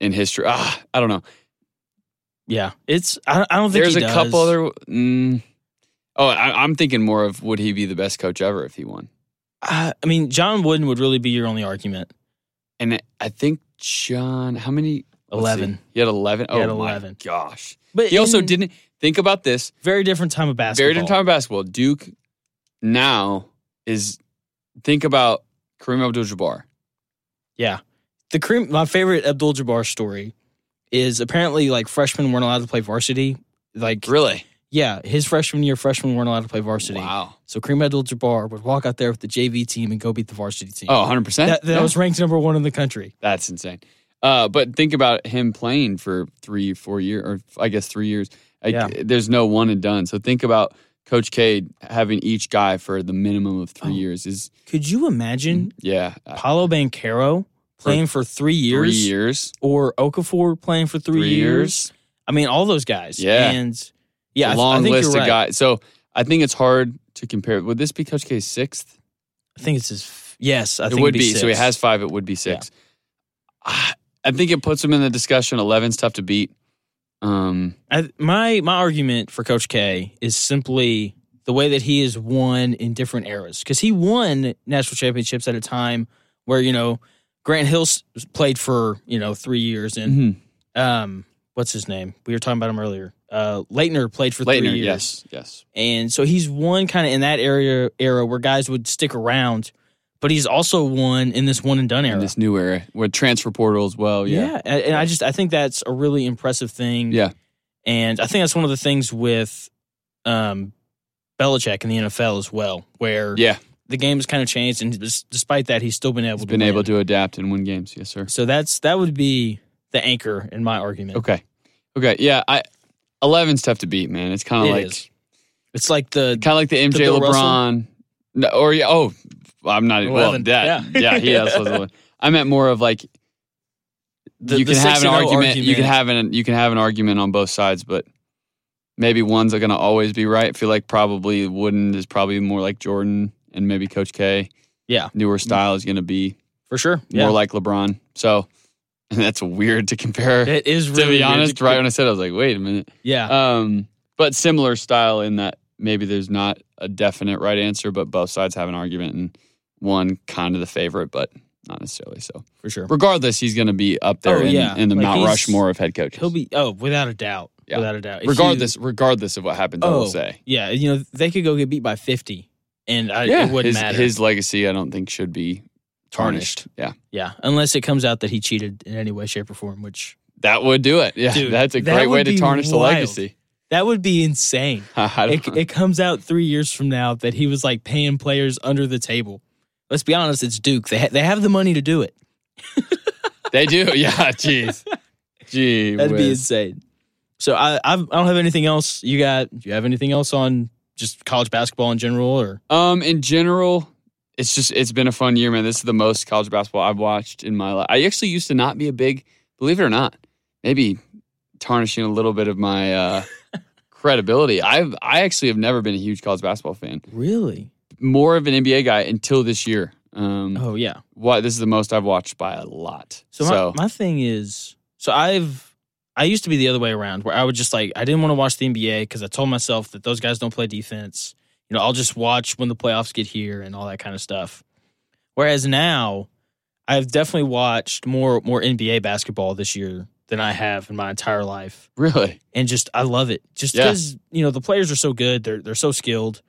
Speaker 2: in history. Ah, I don't know.
Speaker 1: Yeah, it's I, I don't think
Speaker 2: There's
Speaker 1: he
Speaker 2: a
Speaker 1: does.
Speaker 2: couple other. Mm, oh, I, I'm thinking more of would he be the best coach ever if he won?
Speaker 1: Uh, I I mean, John Wooden would really be your only argument.
Speaker 2: And I think John, how many? let's see.
Speaker 1: 11.
Speaker 2: He had 11.
Speaker 1: He had
Speaker 2: oh,
Speaker 1: 11.
Speaker 2: my gosh.
Speaker 1: But
Speaker 2: He also
Speaker 1: in
Speaker 2: didn't think about this.
Speaker 1: very different time of basketball.
Speaker 2: Very different time of basketball. Duke now is think about Kareem Abdul-Jabbar.
Speaker 1: Yeah, the cream. My favorite Abdul Jabbar story is apparently like freshmen weren't allowed to play varsity. Like
Speaker 2: Really?
Speaker 1: yeah, his freshman year, freshmen weren't allowed to play varsity.
Speaker 2: Wow.
Speaker 1: So Kareem Abdul Jabbar would walk out there with the JV team and go beat the varsity team.
Speaker 2: Oh, 100 percent.
Speaker 1: that, that was ranked number one in the country.
Speaker 2: That's insane. Uh, but think about him playing for three, four years, or I guess three years. Like,
Speaker 1: Yeah.
Speaker 2: There's no one and done. So think about Coach K having each guy for the minimum of three
Speaker 1: Oh.
Speaker 2: years. Is
Speaker 1: Could you imagine
Speaker 2: yeah, uh,
Speaker 1: Paolo Banquero playing for three years,
Speaker 2: three years,
Speaker 1: or Okafor playing for three, years? I mean, all those guys.
Speaker 2: Yeah.
Speaker 1: And yeah, I
Speaker 2: a
Speaker 1: th-
Speaker 2: long
Speaker 1: I think
Speaker 2: list
Speaker 1: you're
Speaker 2: of
Speaker 1: right.
Speaker 2: guys. So I think it's hard to compare. Would this be Coach K's sixth?
Speaker 1: I think it's his. f- Yes, I
Speaker 2: it
Speaker 1: think
Speaker 2: would
Speaker 1: it'd
Speaker 2: be.
Speaker 1: be.
Speaker 2: So he
Speaker 1: six.
Speaker 2: has five. It would be six. Ah, I think it puts him in the discussion. 11's tough to beat. Um,
Speaker 1: I, my my argument for Coach K is simply the way that he has won in different eras because he won national championships at a time where you know Grant Hill s- played for you know three years and
Speaker 2: mhm.
Speaker 1: um what's his name we were talking about him earlier uh Leitner played for
Speaker 2: Leitner,
Speaker 1: three years
Speaker 2: yes, yes.
Speaker 1: and so he's won kind of in that area era where guys would stick around but he's also won in this one and done era
Speaker 2: In this new era with transfer portal as well. Oh, Yeah.
Speaker 1: yeah. And, and I just I think that's a really impressive thing.
Speaker 2: Yeah.
Speaker 1: And I think that's one of the things with um Belichick in the NFL as well, where
Speaker 2: Yeah,
Speaker 1: the game has kind of changed and des- despite that he's still been able
Speaker 2: he's
Speaker 1: to
Speaker 2: been
Speaker 1: win.
Speaker 2: able to adapt and win games. Yes, sir.
Speaker 1: So that's that would be the anchor in my argument.
Speaker 2: Okay, okay, yeah. I 11's tough to beat, man. It's kind
Speaker 1: It
Speaker 2: of like
Speaker 1: is. It's like the
Speaker 2: kind of like the MJ
Speaker 1: Bill Russell?
Speaker 2: LeBron, no, or yeah. Oh, I'm not well.
Speaker 1: 11,
Speaker 2: That
Speaker 1: yeah.
Speaker 2: yeah, he has. was 11. I meant more of like
Speaker 1: the,
Speaker 2: you
Speaker 1: the
Speaker 2: can have an
Speaker 1: 6-0
Speaker 2: argument, You can have an you can have an argument on both sides, but maybe one's going to always be right. I feel like probably Wooden is probably more like Jordan, and maybe Coach K.
Speaker 1: Yeah.
Speaker 2: newer style is going to be
Speaker 1: for sure. Yeah.
Speaker 2: more like LeBron. So that's weird to compare.
Speaker 1: it is
Speaker 2: to
Speaker 1: really
Speaker 2: be
Speaker 1: weird
Speaker 2: honest,
Speaker 1: to-
Speaker 2: right when I said, it, I was like, wait a minute.
Speaker 1: Yeah.
Speaker 2: Um, but similar style in that maybe there's not a definite right answer, but both sides have an argument, and one kind of the favorite, but not necessarily so
Speaker 1: for sure.
Speaker 2: regardless, he's going to be up there
Speaker 1: Oh,
Speaker 2: in,
Speaker 1: yeah.
Speaker 2: in the
Speaker 1: Like,
Speaker 2: Mount
Speaker 1: he's-
Speaker 2: Rushmore of head coaches.
Speaker 1: He'll be oh, without a doubt.
Speaker 2: Yeah.
Speaker 1: Without a doubt. If you-
Speaker 2: regardless, regardless of what happens, I
Speaker 1: Oh,
Speaker 2: will say.
Speaker 1: Yeah, you know, they could go get beat by 50 and I, it wouldn't
Speaker 2: his,
Speaker 1: matter.
Speaker 2: his legacy, I don't think, should be tarnished. Yeah,
Speaker 1: Yeah, unless it comes out that he cheated in any way, shape, or form, which
Speaker 2: that would do it. Yeah,
Speaker 1: Dude,
Speaker 2: that's a
Speaker 1: that
Speaker 2: great way
Speaker 1: would
Speaker 2: to
Speaker 1: be
Speaker 2: tarnish the
Speaker 1: wild.
Speaker 2: legacy.
Speaker 1: that would be insane.
Speaker 2: I
Speaker 1: It,
Speaker 2: don't-
Speaker 1: it comes out three years from now that he was like paying players under the table. Let's be honest, it's Duke. They ha- they have the money to do it.
Speaker 2: they do. Yeah, jeez, gee,
Speaker 1: That'd be
Speaker 2: whiz.
Speaker 1: insane. So I I've, I don't have anything else. You got? Do you have anything else on just college basketball in general? Or
Speaker 2: um, in general. It's just it's been a fun year, man. This is the most college basketball I've watched in my life. I actually used to not be a big, believe it or not, maybe tarnishing a little bit of my uh, credibility. I've I actually have never been a huge college basketball fan.
Speaker 1: really?
Speaker 2: more of an NBA guy until this year. Um,
Speaker 1: Oh yeah.
Speaker 2: why- this is the most I've watched by a lot.
Speaker 1: So
Speaker 2: So,
Speaker 1: my, my thing is, so I've I used to be the other way around where I would just like I didn't want to watch the NBA because I told myself that those guys don't play defense. You know, I'll just watch when the playoffs get here and all that kind of stuff. Whereas now, I've definitely watched more more NBA basketball this year than I have in my entire life,
Speaker 2: Really?
Speaker 1: and just I love it. Just
Speaker 2: Yeah.
Speaker 1: because you know the players are so good, they're they're so skilled,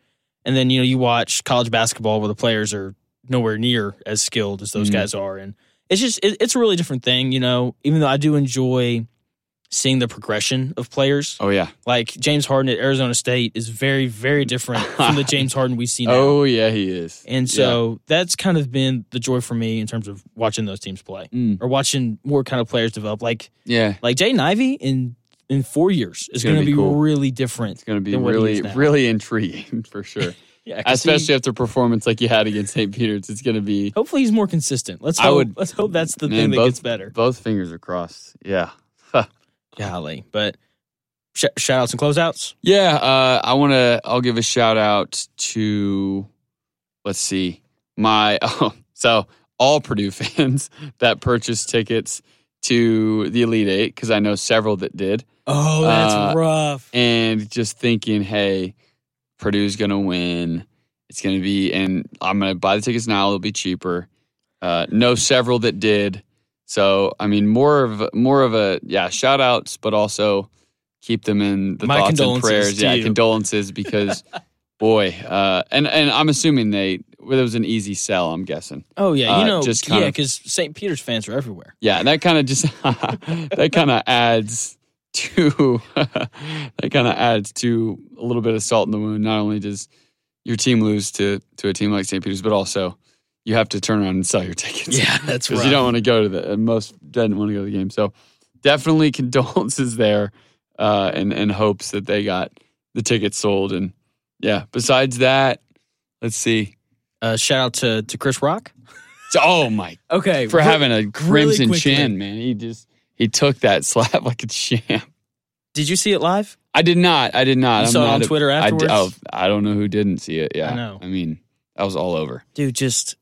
Speaker 1: and then you know you watch college basketball where the players are nowhere near as skilled as those
Speaker 2: Mhm.
Speaker 1: guys are, and it's just it, it's a really different thing. You know, even though I do enjoy seeing the progression of players,
Speaker 2: Oh yeah.
Speaker 1: like James Harden at Arizona State is very very different from the James Harden we see now.
Speaker 2: Oh yeah, he is.
Speaker 1: And
Speaker 2: Yeah.
Speaker 1: so that's kind of been the joy for me in terms of watching those teams play
Speaker 2: Mm,
Speaker 1: or watching more kind of players develop. Like
Speaker 2: yeah,
Speaker 1: like Jaden Ivey in in four years is
Speaker 2: It's
Speaker 1: going
Speaker 2: gonna
Speaker 1: to be,
Speaker 2: be cool.
Speaker 1: really different.
Speaker 2: it's gonna be
Speaker 1: Then what he
Speaker 2: really,
Speaker 1: is now.
Speaker 2: really intriguing for sure.
Speaker 1: Yeah, 'cause he-
Speaker 2: Especially after a performance like you had against St. Peter's, it's gonna be
Speaker 1: hopefully he's more consistent. Let's
Speaker 2: I
Speaker 1: hope,
Speaker 2: would-
Speaker 1: let's hope that's the
Speaker 2: Man,
Speaker 1: thing that
Speaker 2: both-
Speaker 1: gets better.
Speaker 2: both fingers are crossed. Yeah.
Speaker 1: Golly, but sh- shout outs and closeouts.
Speaker 2: Yeah, uh, I want to. I'll give a shout out to, let's see, my oh, so all Purdue fans that purchased tickets to the Elite Eight because I know several that did,
Speaker 1: Oh,
Speaker 2: that's Uh,
Speaker 1: rough.
Speaker 2: and just thinking, hey, Purdue's gonna win. It's gonna be, and I'm gonna buy the tickets now. It'll be cheaper. Uh, know several that did. So I mean, more of more of a yeah, shout outs, but also keep them in the
Speaker 1: My
Speaker 2: thoughts and
Speaker 1: condolences
Speaker 2: prayers.
Speaker 1: to
Speaker 2: yeah,
Speaker 1: you.
Speaker 2: condolences because boy, uh, and and I'm assuming they well, it was an easy sell. I'm guessing.
Speaker 1: Oh yeah, you
Speaker 2: uh,
Speaker 1: know,
Speaker 2: just kind
Speaker 1: yeah,
Speaker 2: of-
Speaker 1: because St. Peter's fans are everywhere.
Speaker 2: Yeah, that kind of just that kind of adds to that kind of adds to a little bit of salt in the wound. Not only does your team lose to to a team like St. Peter's, but also you have to turn around and sell your tickets.
Speaker 1: that's
Speaker 2: because you don't want to go to the and most didn't want to go to the game. So definitely condolences there, uh, and and hopes that they got the tickets sold. And yeah, besides that, let's see.
Speaker 1: Uh, shout out to to Chris Rock.
Speaker 2: So- oh my,
Speaker 1: Okay,
Speaker 2: for having a crimson
Speaker 1: quickly.
Speaker 2: chin, man. He just he took that slap like a champ.
Speaker 1: did you see it live?
Speaker 2: I did not. I did not.
Speaker 1: You
Speaker 2: I'm
Speaker 1: saw it
Speaker 2: not
Speaker 1: on
Speaker 2: a-
Speaker 1: Twitter
Speaker 2: I d-
Speaker 1: afterwards.
Speaker 2: oh, I don't know who didn't see it. Yeah,
Speaker 1: I know.
Speaker 2: I mean, that was all over.
Speaker 1: dude, just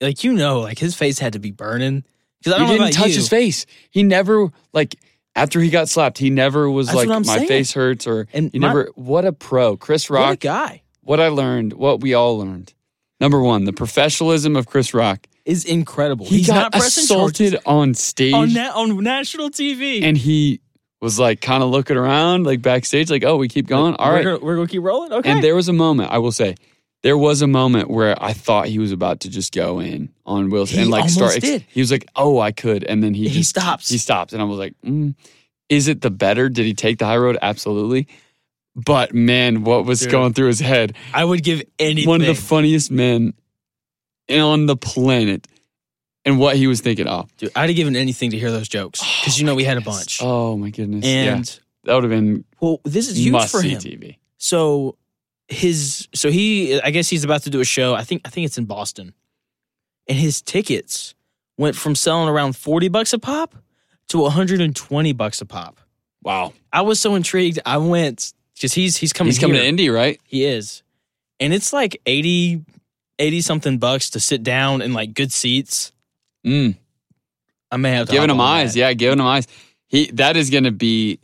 Speaker 1: like you know, like his face had to be burning because I
Speaker 2: he
Speaker 1: don't know
Speaker 2: didn't
Speaker 1: about
Speaker 2: touch
Speaker 1: you.
Speaker 2: his face. He never like after he got slapped. He never was
Speaker 1: That's
Speaker 2: like
Speaker 1: what
Speaker 2: my
Speaker 1: I'm saying.
Speaker 2: face hurts or
Speaker 1: And
Speaker 2: you
Speaker 1: my-
Speaker 2: never. What a pro, Chris
Speaker 1: What a
Speaker 2: Rock.
Speaker 1: guy
Speaker 2: What I learned, what we all learned. Number one, the professionalism of Chris Rock.
Speaker 1: is incredible.
Speaker 2: He
Speaker 1: He's not
Speaker 2: got
Speaker 1: pressing
Speaker 2: assaulted on stage,
Speaker 1: charges on na- on national TV.
Speaker 2: and he was like kind of looking around, like backstage, like, "Oh, we keep going. All
Speaker 1: we're
Speaker 2: right."
Speaker 1: gonna, we're gonna keep rolling. Okay,
Speaker 2: And there was a moment, I will say, there was a moment where I thought he was about to just go in on Wilson
Speaker 1: He
Speaker 2: and like start.
Speaker 1: almost did.
Speaker 2: He was like, "Oh, I could," and then he
Speaker 1: he,
Speaker 2: just
Speaker 1: stops.
Speaker 2: he stops and i was like mm, is it the better did he take the high road absolutely but man what was
Speaker 1: Dude.
Speaker 2: going through his head
Speaker 1: I would give anything.
Speaker 2: one of the funniest men on the planet and what he was thinking oh
Speaker 1: Dude, I'd have given anything to hear those jokes because you know we had a bunch.
Speaker 2: oh my goodness yeah
Speaker 1: and
Speaker 2: that would have been
Speaker 1: well, this is huge
Speaker 2: must
Speaker 1: for
Speaker 2: see
Speaker 1: him.
Speaker 2: tv
Speaker 1: So his so he I guess he's about to do a show. I think I think it's in Boston. And his tickets went from selling around 40 bucks a pop to 120 bucks a pop.
Speaker 2: wow
Speaker 1: I was so intrigued. I went cuz he's he's coming
Speaker 2: he's coming
Speaker 1: here.
Speaker 2: to indy right
Speaker 1: He is. And it's like 80 80 something bucks to sit down in like good seats.
Speaker 2: mm,
Speaker 1: I may have to
Speaker 2: giving
Speaker 1: hop
Speaker 2: him
Speaker 1: on
Speaker 2: eyes
Speaker 1: that.
Speaker 2: yeah giving him eyes he that is gonna be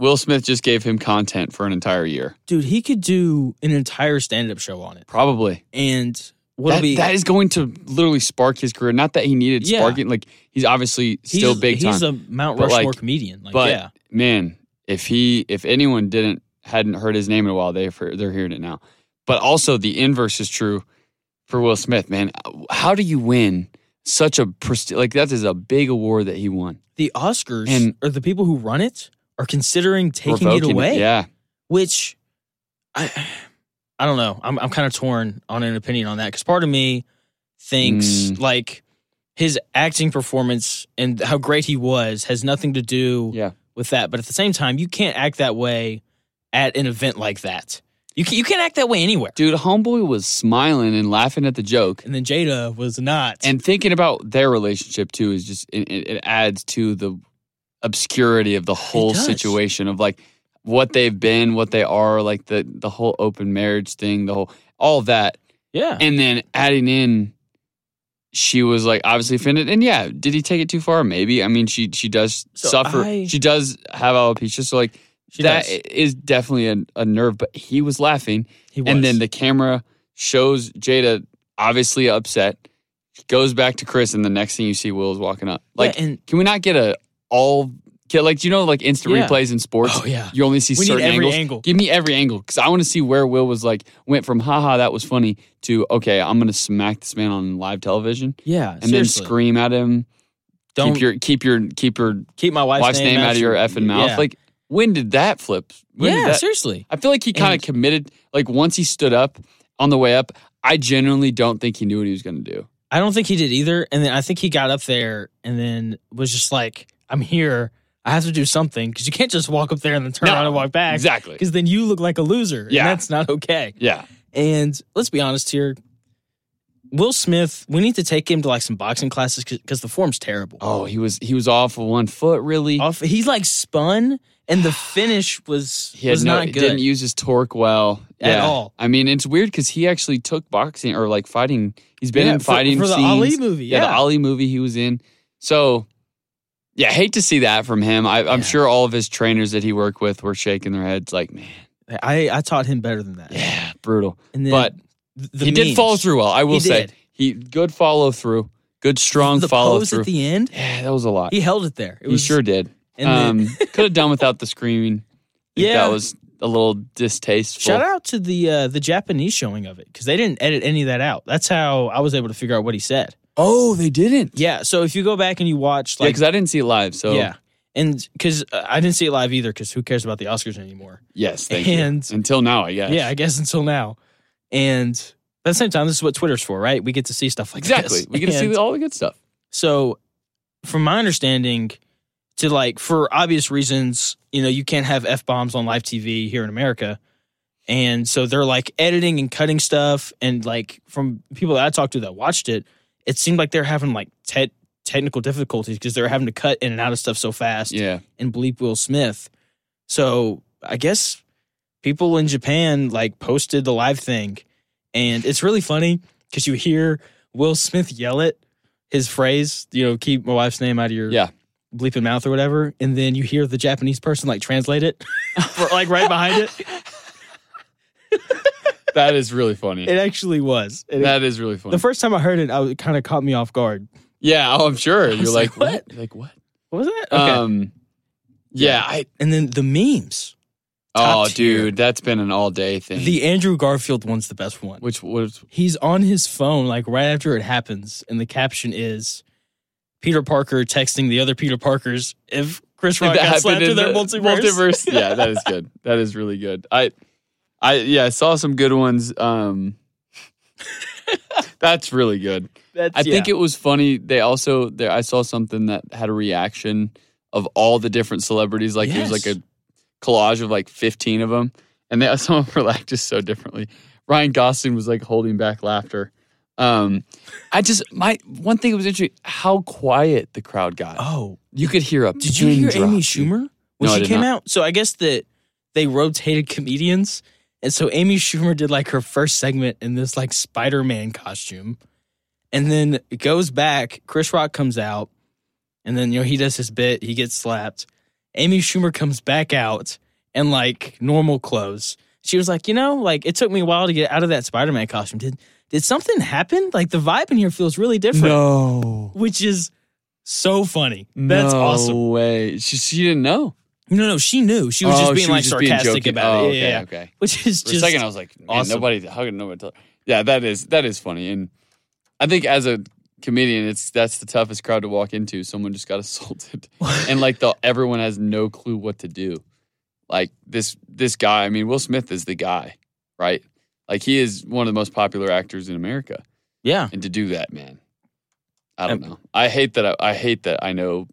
Speaker 2: will smith just gave him content for an entire year
Speaker 1: Dude, he could do an entire stand-up show on it.
Speaker 2: probably
Speaker 1: And what'll
Speaker 2: That,
Speaker 1: be
Speaker 2: that is going to literally spark his career. Not that he needed
Speaker 1: Yeah.
Speaker 2: sparking. Like he's obviously
Speaker 1: he's-
Speaker 2: still big time.
Speaker 1: He's a Mount
Speaker 2: But,
Speaker 1: Rushmore
Speaker 2: like-
Speaker 1: comedian. Like
Speaker 2: but
Speaker 1: yeah.
Speaker 2: man, if he if anyone didn't hadn't heard his name in a while, they they're hearing it now. But also the inverse is true for Will Smith. Man, how do you win such a presti- like that is a big award that he won?
Speaker 1: the Oscars
Speaker 2: And-
Speaker 1: or the people who run it are considering taking
Speaker 2: Revoking
Speaker 1: it away.
Speaker 2: Yeah,
Speaker 1: Which I I don't know. I'm I'm kind of torn on an opinion on that because part of me thinks
Speaker 2: Mm.
Speaker 1: like his acting performance and how great he was has nothing to do
Speaker 2: Yeah.
Speaker 1: with that. But at the same time, you can't act that way at an event like that. You can, you can't act that way anywhere.
Speaker 2: dude, homeboy was smiling and laughing at the joke.
Speaker 1: And then Jada was not.
Speaker 2: And thinking about their relationship too is just it, it, it adds to the obscurity of the whole
Speaker 1: does.
Speaker 2: situation of like what they've been, what they are, like the the whole open marriage thing, the whole all that,
Speaker 1: yeah,
Speaker 2: and then adding in she was like obviously offended. And yeah, did he take it too far? Maybe. I mean, she she does
Speaker 1: So
Speaker 2: suffer.
Speaker 1: I-
Speaker 2: she does have alopecia. So like
Speaker 1: She
Speaker 2: that
Speaker 1: does.
Speaker 2: is definitely a, a nerve. But he was laughing,
Speaker 1: He was.
Speaker 2: and then the camera shows Jada obviously upset. She goes back to Chris, and the next thing you see, Will is walking up. Like,
Speaker 1: yeah, and
Speaker 2: can we not get a all? Get, like you know, like instant
Speaker 1: Yeah.
Speaker 2: replays in sports.
Speaker 1: Oh, yeah.
Speaker 2: you only see
Speaker 1: we need
Speaker 2: certain
Speaker 1: every
Speaker 2: angles.
Speaker 1: angle.
Speaker 2: Give me every angle because I want to see where Will was like went from haha that was funny to okay I'm gonna smack this man on live television
Speaker 1: Yeah,
Speaker 2: and then scream at him.
Speaker 1: Don't
Speaker 2: keep your keep your keep your
Speaker 1: keep my wife's,
Speaker 2: wife's name, out of your effing mouth.
Speaker 1: Yeah.
Speaker 2: Like when did that flip? When did
Speaker 1: yeah,
Speaker 2: that-
Speaker 1: seriously.
Speaker 2: I feel like he kind
Speaker 1: And-
Speaker 2: of committed. Like once he stood up on the way up, I genuinely don't think he knew what he was gonna do.
Speaker 1: I don't think he did either. And then I think he got up there and then was just like, "I'm here. I have to do something because you can't just walk up there and then turn
Speaker 2: No,
Speaker 1: around and walk back because
Speaker 2: Exactly.
Speaker 1: then you look like a loser.
Speaker 2: Yeah.
Speaker 1: and that's not okay."
Speaker 2: Yeah.
Speaker 1: And let's be honest here. Will Smith, we need to take him to like some boxing classes because the form's terrible.
Speaker 2: Oh, he was he was off with one foot. Really,
Speaker 1: Off, he like spun, and the finish was
Speaker 2: he had
Speaker 1: was
Speaker 2: no,
Speaker 1: not
Speaker 2: he
Speaker 1: good.
Speaker 2: didn't use his torque well
Speaker 1: At
Speaker 2: Yeah.
Speaker 1: all.
Speaker 2: I mean, it's weird because he actually took boxing or like fighting. He's been
Speaker 1: Yeah,
Speaker 2: in
Speaker 1: for-
Speaker 2: fighting
Speaker 1: for, the
Speaker 2: scenes.
Speaker 1: Ali movie.
Speaker 2: yeah. the Ali movie he was in. So, yeah, hate to see that from him. I,
Speaker 1: Yeah.
Speaker 2: I'm sure all of his trainers that he worked with were shaking their heads like, man,
Speaker 1: I I taught him better than that.
Speaker 2: yeah, brutal.
Speaker 1: And then
Speaker 2: but
Speaker 1: th- the
Speaker 2: he did
Speaker 1: memes.
Speaker 2: follow through well. I will
Speaker 1: He
Speaker 2: say
Speaker 1: did.
Speaker 2: he good follow through, good strong
Speaker 1: the
Speaker 2: follow
Speaker 1: pose
Speaker 2: through.
Speaker 1: at the end.
Speaker 2: yeah, that was a lot.
Speaker 1: He held it there. It
Speaker 2: he
Speaker 1: was
Speaker 2: sure did.
Speaker 1: And then,
Speaker 2: um, could have done without the screaming. I think
Speaker 1: Yeah.
Speaker 2: that was a little distasteful.
Speaker 1: shout out to the uh, the Japanese showing of it because they didn't edit any of that out. That's how I was able to figure out what he said.
Speaker 2: Oh, they didn't.
Speaker 1: Yeah. So if you go back and you watch,
Speaker 2: Yeah,
Speaker 1: like,
Speaker 2: because I didn't see it live. So
Speaker 1: yeah. and because I didn't see it live either because who cares about the Oscars anymore?
Speaker 2: yes, thank
Speaker 1: And-
Speaker 2: you. Until now, I guess.
Speaker 1: Yeah, I guess until now. And at the same time, this is what Twitter's for, right? We get to see stuff like
Speaker 2: exactly.
Speaker 1: this.
Speaker 2: We get to
Speaker 1: And
Speaker 2: see all the good stuff.
Speaker 1: So, from my understanding, to like for obvious reasons, you know, you can't have f bombs on live TV here in America, and so they're like editing and cutting stuff. And like from people that I talked to that watched it, it seemed like they're having like te- technical difficulties because they're having to cut in and out of stuff so fast
Speaker 2: Yeah.
Speaker 1: and bleep Will Smith. So I guess people in Japan like posted the live thing, and it's really funny because you hear Will Smith yell it, his phrase, you know, keep my wife's name out of your
Speaker 2: Yeah.
Speaker 1: bleeping mouth or whatever, and then you hear the Japanese person like translate it, for, like right behind it.
Speaker 2: That is really funny.
Speaker 1: It actually was. And it-
Speaker 2: That is really funny.
Speaker 1: the first time I heard it, I, it kind of caught me off guard.
Speaker 2: yeah, oh, I'm sure. You're
Speaker 1: was
Speaker 2: like,
Speaker 1: like,
Speaker 2: what? Like what?
Speaker 1: What was that? Okay.
Speaker 2: Um, yeah, I.
Speaker 1: and then the memes.
Speaker 2: Oh,
Speaker 1: Top tier.
Speaker 2: dude, that's been an all day thing.
Speaker 1: The Andrew Garfield one's the best one.
Speaker 2: which was
Speaker 1: he's on his phone like right after it happens and the caption is peter parker texting the other peter parkers if chris rock got slapped to
Speaker 2: in
Speaker 1: their
Speaker 2: the
Speaker 1: multiverse,
Speaker 2: multiverse. yeah, that is good. That is really good. I, I yeah, I saw some good ones. Um, that's really good.
Speaker 1: That's,
Speaker 2: I think it was funny. They also there. I saw something that had a reaction of all the different celebrities. Like it was
Speaker 1: Yes.
Speaker 2: like a collage of like fifteen of them, and they, some of them were like just so differently. Ryan Gosling was like holding back laughter. Um, I just my one thing that was interesting how quiet the crowd got.
Speaker 1: oh
Speaker 2: You could hear up.
Speaker 1: did you hear amy schumer when
Speaker 2: No, I
Speaker 1: she
Speaker 2: did
Speaker 1: came
Speaker 2: not.
Speaker 1: out so i guess that they rotated comedians and so amy schumer did like her first segment in this like spider-man costume and then it goes back chris rock comes out and then you know he does his bit he gets slapped amy schumer comes back out in like normal clothes she was like you know like it took me a while to get out of that spider-man costume did did something happen like the vibe in here feels really different
Speaker 2: No,
Speaker 1: which is so funny that's awesome
Speaker 2: No way. She, she didn't know.
Speaker 1: no, no, she knew. She was just
Speaker 2: Oh,
Speaker 1: being
Speaker 2: she was
Speaker 1: like
Speaker 2: just being
Speaker 1: sarcastic
Speaker 2: joking.
Speaker 1: about
Speaker 2: Oh,
Speaker 1: it. Yeah,
Speaker 2: okay,
Speaker 1: yeah.
Speaker 2: okay.
Speaker 1: which is
Speaker 2: For
Speaker 1: just
Speaker 2: a second, I was like, man,
Speaker 1: awesome.
Speaker 2: nobody, how could nobody tell? Yeah, that is that is funny, and I think as a comedian, it's that's the toughest crowd to walk into. Someone just got assaulted, and like the everyone has no clue what to do. Like this this guy, I mean, Will Smith is the guy, right? Like he is one of the most popular actors in America,
Speaker 1: yeah,
Speaker 2: and to do that, man, I don't
Speaker 1: Um,
Speaker 2: know. I hate that. I, I hate that. I know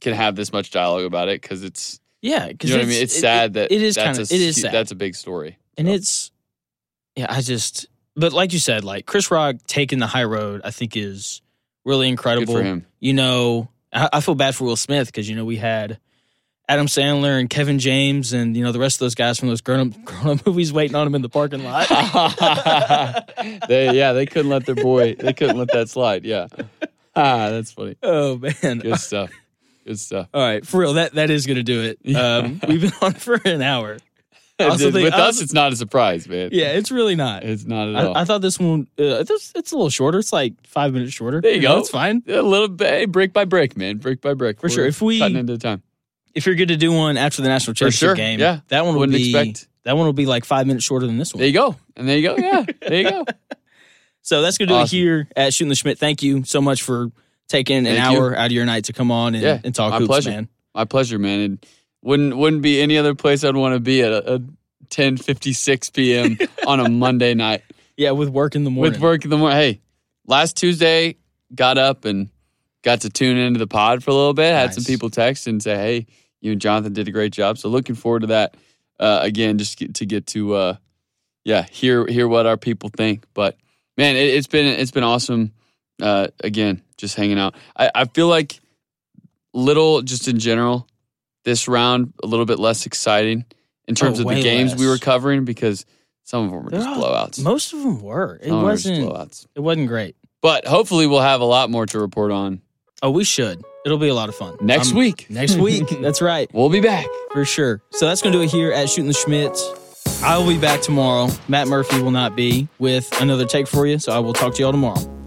Speaker 2: can have this much dialogue about it because it's
Speaker 1: yeah. Because
Speaker 2: you know what I mean. It's sad that
Speaker 1: it is
Speaker 2: that's
Speaker 1: kind of
Speaker 2: a
Speaker 1: it is
Speaker 2: hu-
Speaker 1: sad,
Speaker 2: That's a big story.
Speaker 1: and it's yeah. I just but like you said, like Chris Rock taking the high road, I think is really
Speaker 2: Good
Speaker 1: incredible.
Speaker 2: for him.
Speaker 1: You know, I, I feel bad for Will Smith because you know we had Adam Sandler and Kevin James and you know the rest of those guys from those grown up grown up movies waiting on him in the parking lot.
Speaker 2: they, yeah, they couldn't let their boy. They couldn't let that slide. Yeah. Ah, that's funny.
Speaker 1: oh man.
Speaker 2: Good stuff. Good stuff.
Speaker 1: All right, for real, that that is gonna do it. Um, we've been on for an hour. Also
Speaker 2: With
Speaker 1: think-
Speaker 2: us,
Speaker 1: also-
Speaker 2: it's not a surprise, man.
Speaker 1: Yeah, it's really not.
Speaker 2: It's not at all.
Speaker 1: I, I thought this one uh, this, it's a little shorter. It's like five minutes shorter.
Speaker 2: There you go.
Speaker 1: It's fine.
Speaker 2: a little bit, hey, brick by brick, man. Brick by brick.
Speaker 1: For sure. If we-
Speaker 2: cutting into time,
Speaker 1: If you're good to do one after the national championship
Speaker 2: sure,
Speaker 1: game,
Speaker 2: yeah.
Speaker 1: that one will
Speaker 2: Wouldn't
Speaker 1: be
Speaker 2: expect.
Speaker 1: that one will be like five minutes shorter than this one.
Speaker 2: there you go, and there you go. Yeah, there you go.
Speaker 1: So that's going to do
Speaker 2: Awesome.
Speaker 1: it here at Shooting the Schmidt. Thank you so much for taking an
Speaker 2: Thank
Speaker 1: hour out of your night to come on and,
Speaker 2: Yeah,
Speaker 1: and talk
Speaker 2: my
Speaker 1: hoops,
Speaker 2: pleasure.
Speaker 1: man.
Speaker 2: My pleasure, man. And wouldn't wouldn't be any other place I'd want to be at a, a 10:56 p.m. on a Monday night
Speaker 1: Yeah, with work in the morning.
Speaker 2: with work in the morning. Hey, last Tuesday, got up and got to tune into the pod for a little bit. Had some
Speaker 1: Nice.
Speaker 2: people text and say, "Hey, you and Jonathan did a great job." So looking forward to that uh, again, just get, to get to uh, yeah, hear hear what our people think. But man, it, it's been it's been awesome. Uh, again, just hanging out. I, I feel like little just in general this round a little bit less exciting in terms
Speaker 1: Oh,
Speaker 2: of the
Speaker 1: way
Speaker 2: games we
Speaker 1: less.
Speaker 2: were covering because some of them were
Speaker 1: They're
Speaker 2: just
Speaker 1: all-
Speaker 2: blowouts.
Speaker 1: Most of them were. It
Speaker 2: Some of them were just
Speaker 1: wasn't.
Speaker 2: blowouts.
Speaker 1: It wasn't great.
Speaker 2: But hopefully, we'll have a lot more to report on
Speaker 1: Oh, we should. It'll be a lot of fun
Speaker 2: next
Speaker 1: I'm-
Speaker 2: week.
Speaker 1: Um, Next week. That's right,
Speaker 2: We'll be back.
Speaker 1: for sure. So that's going to do it here at Shooting the Schmidt. I will be back tomorrow. Matt Murphy will not be with another take for you. So I will talk to y'all tomorrow.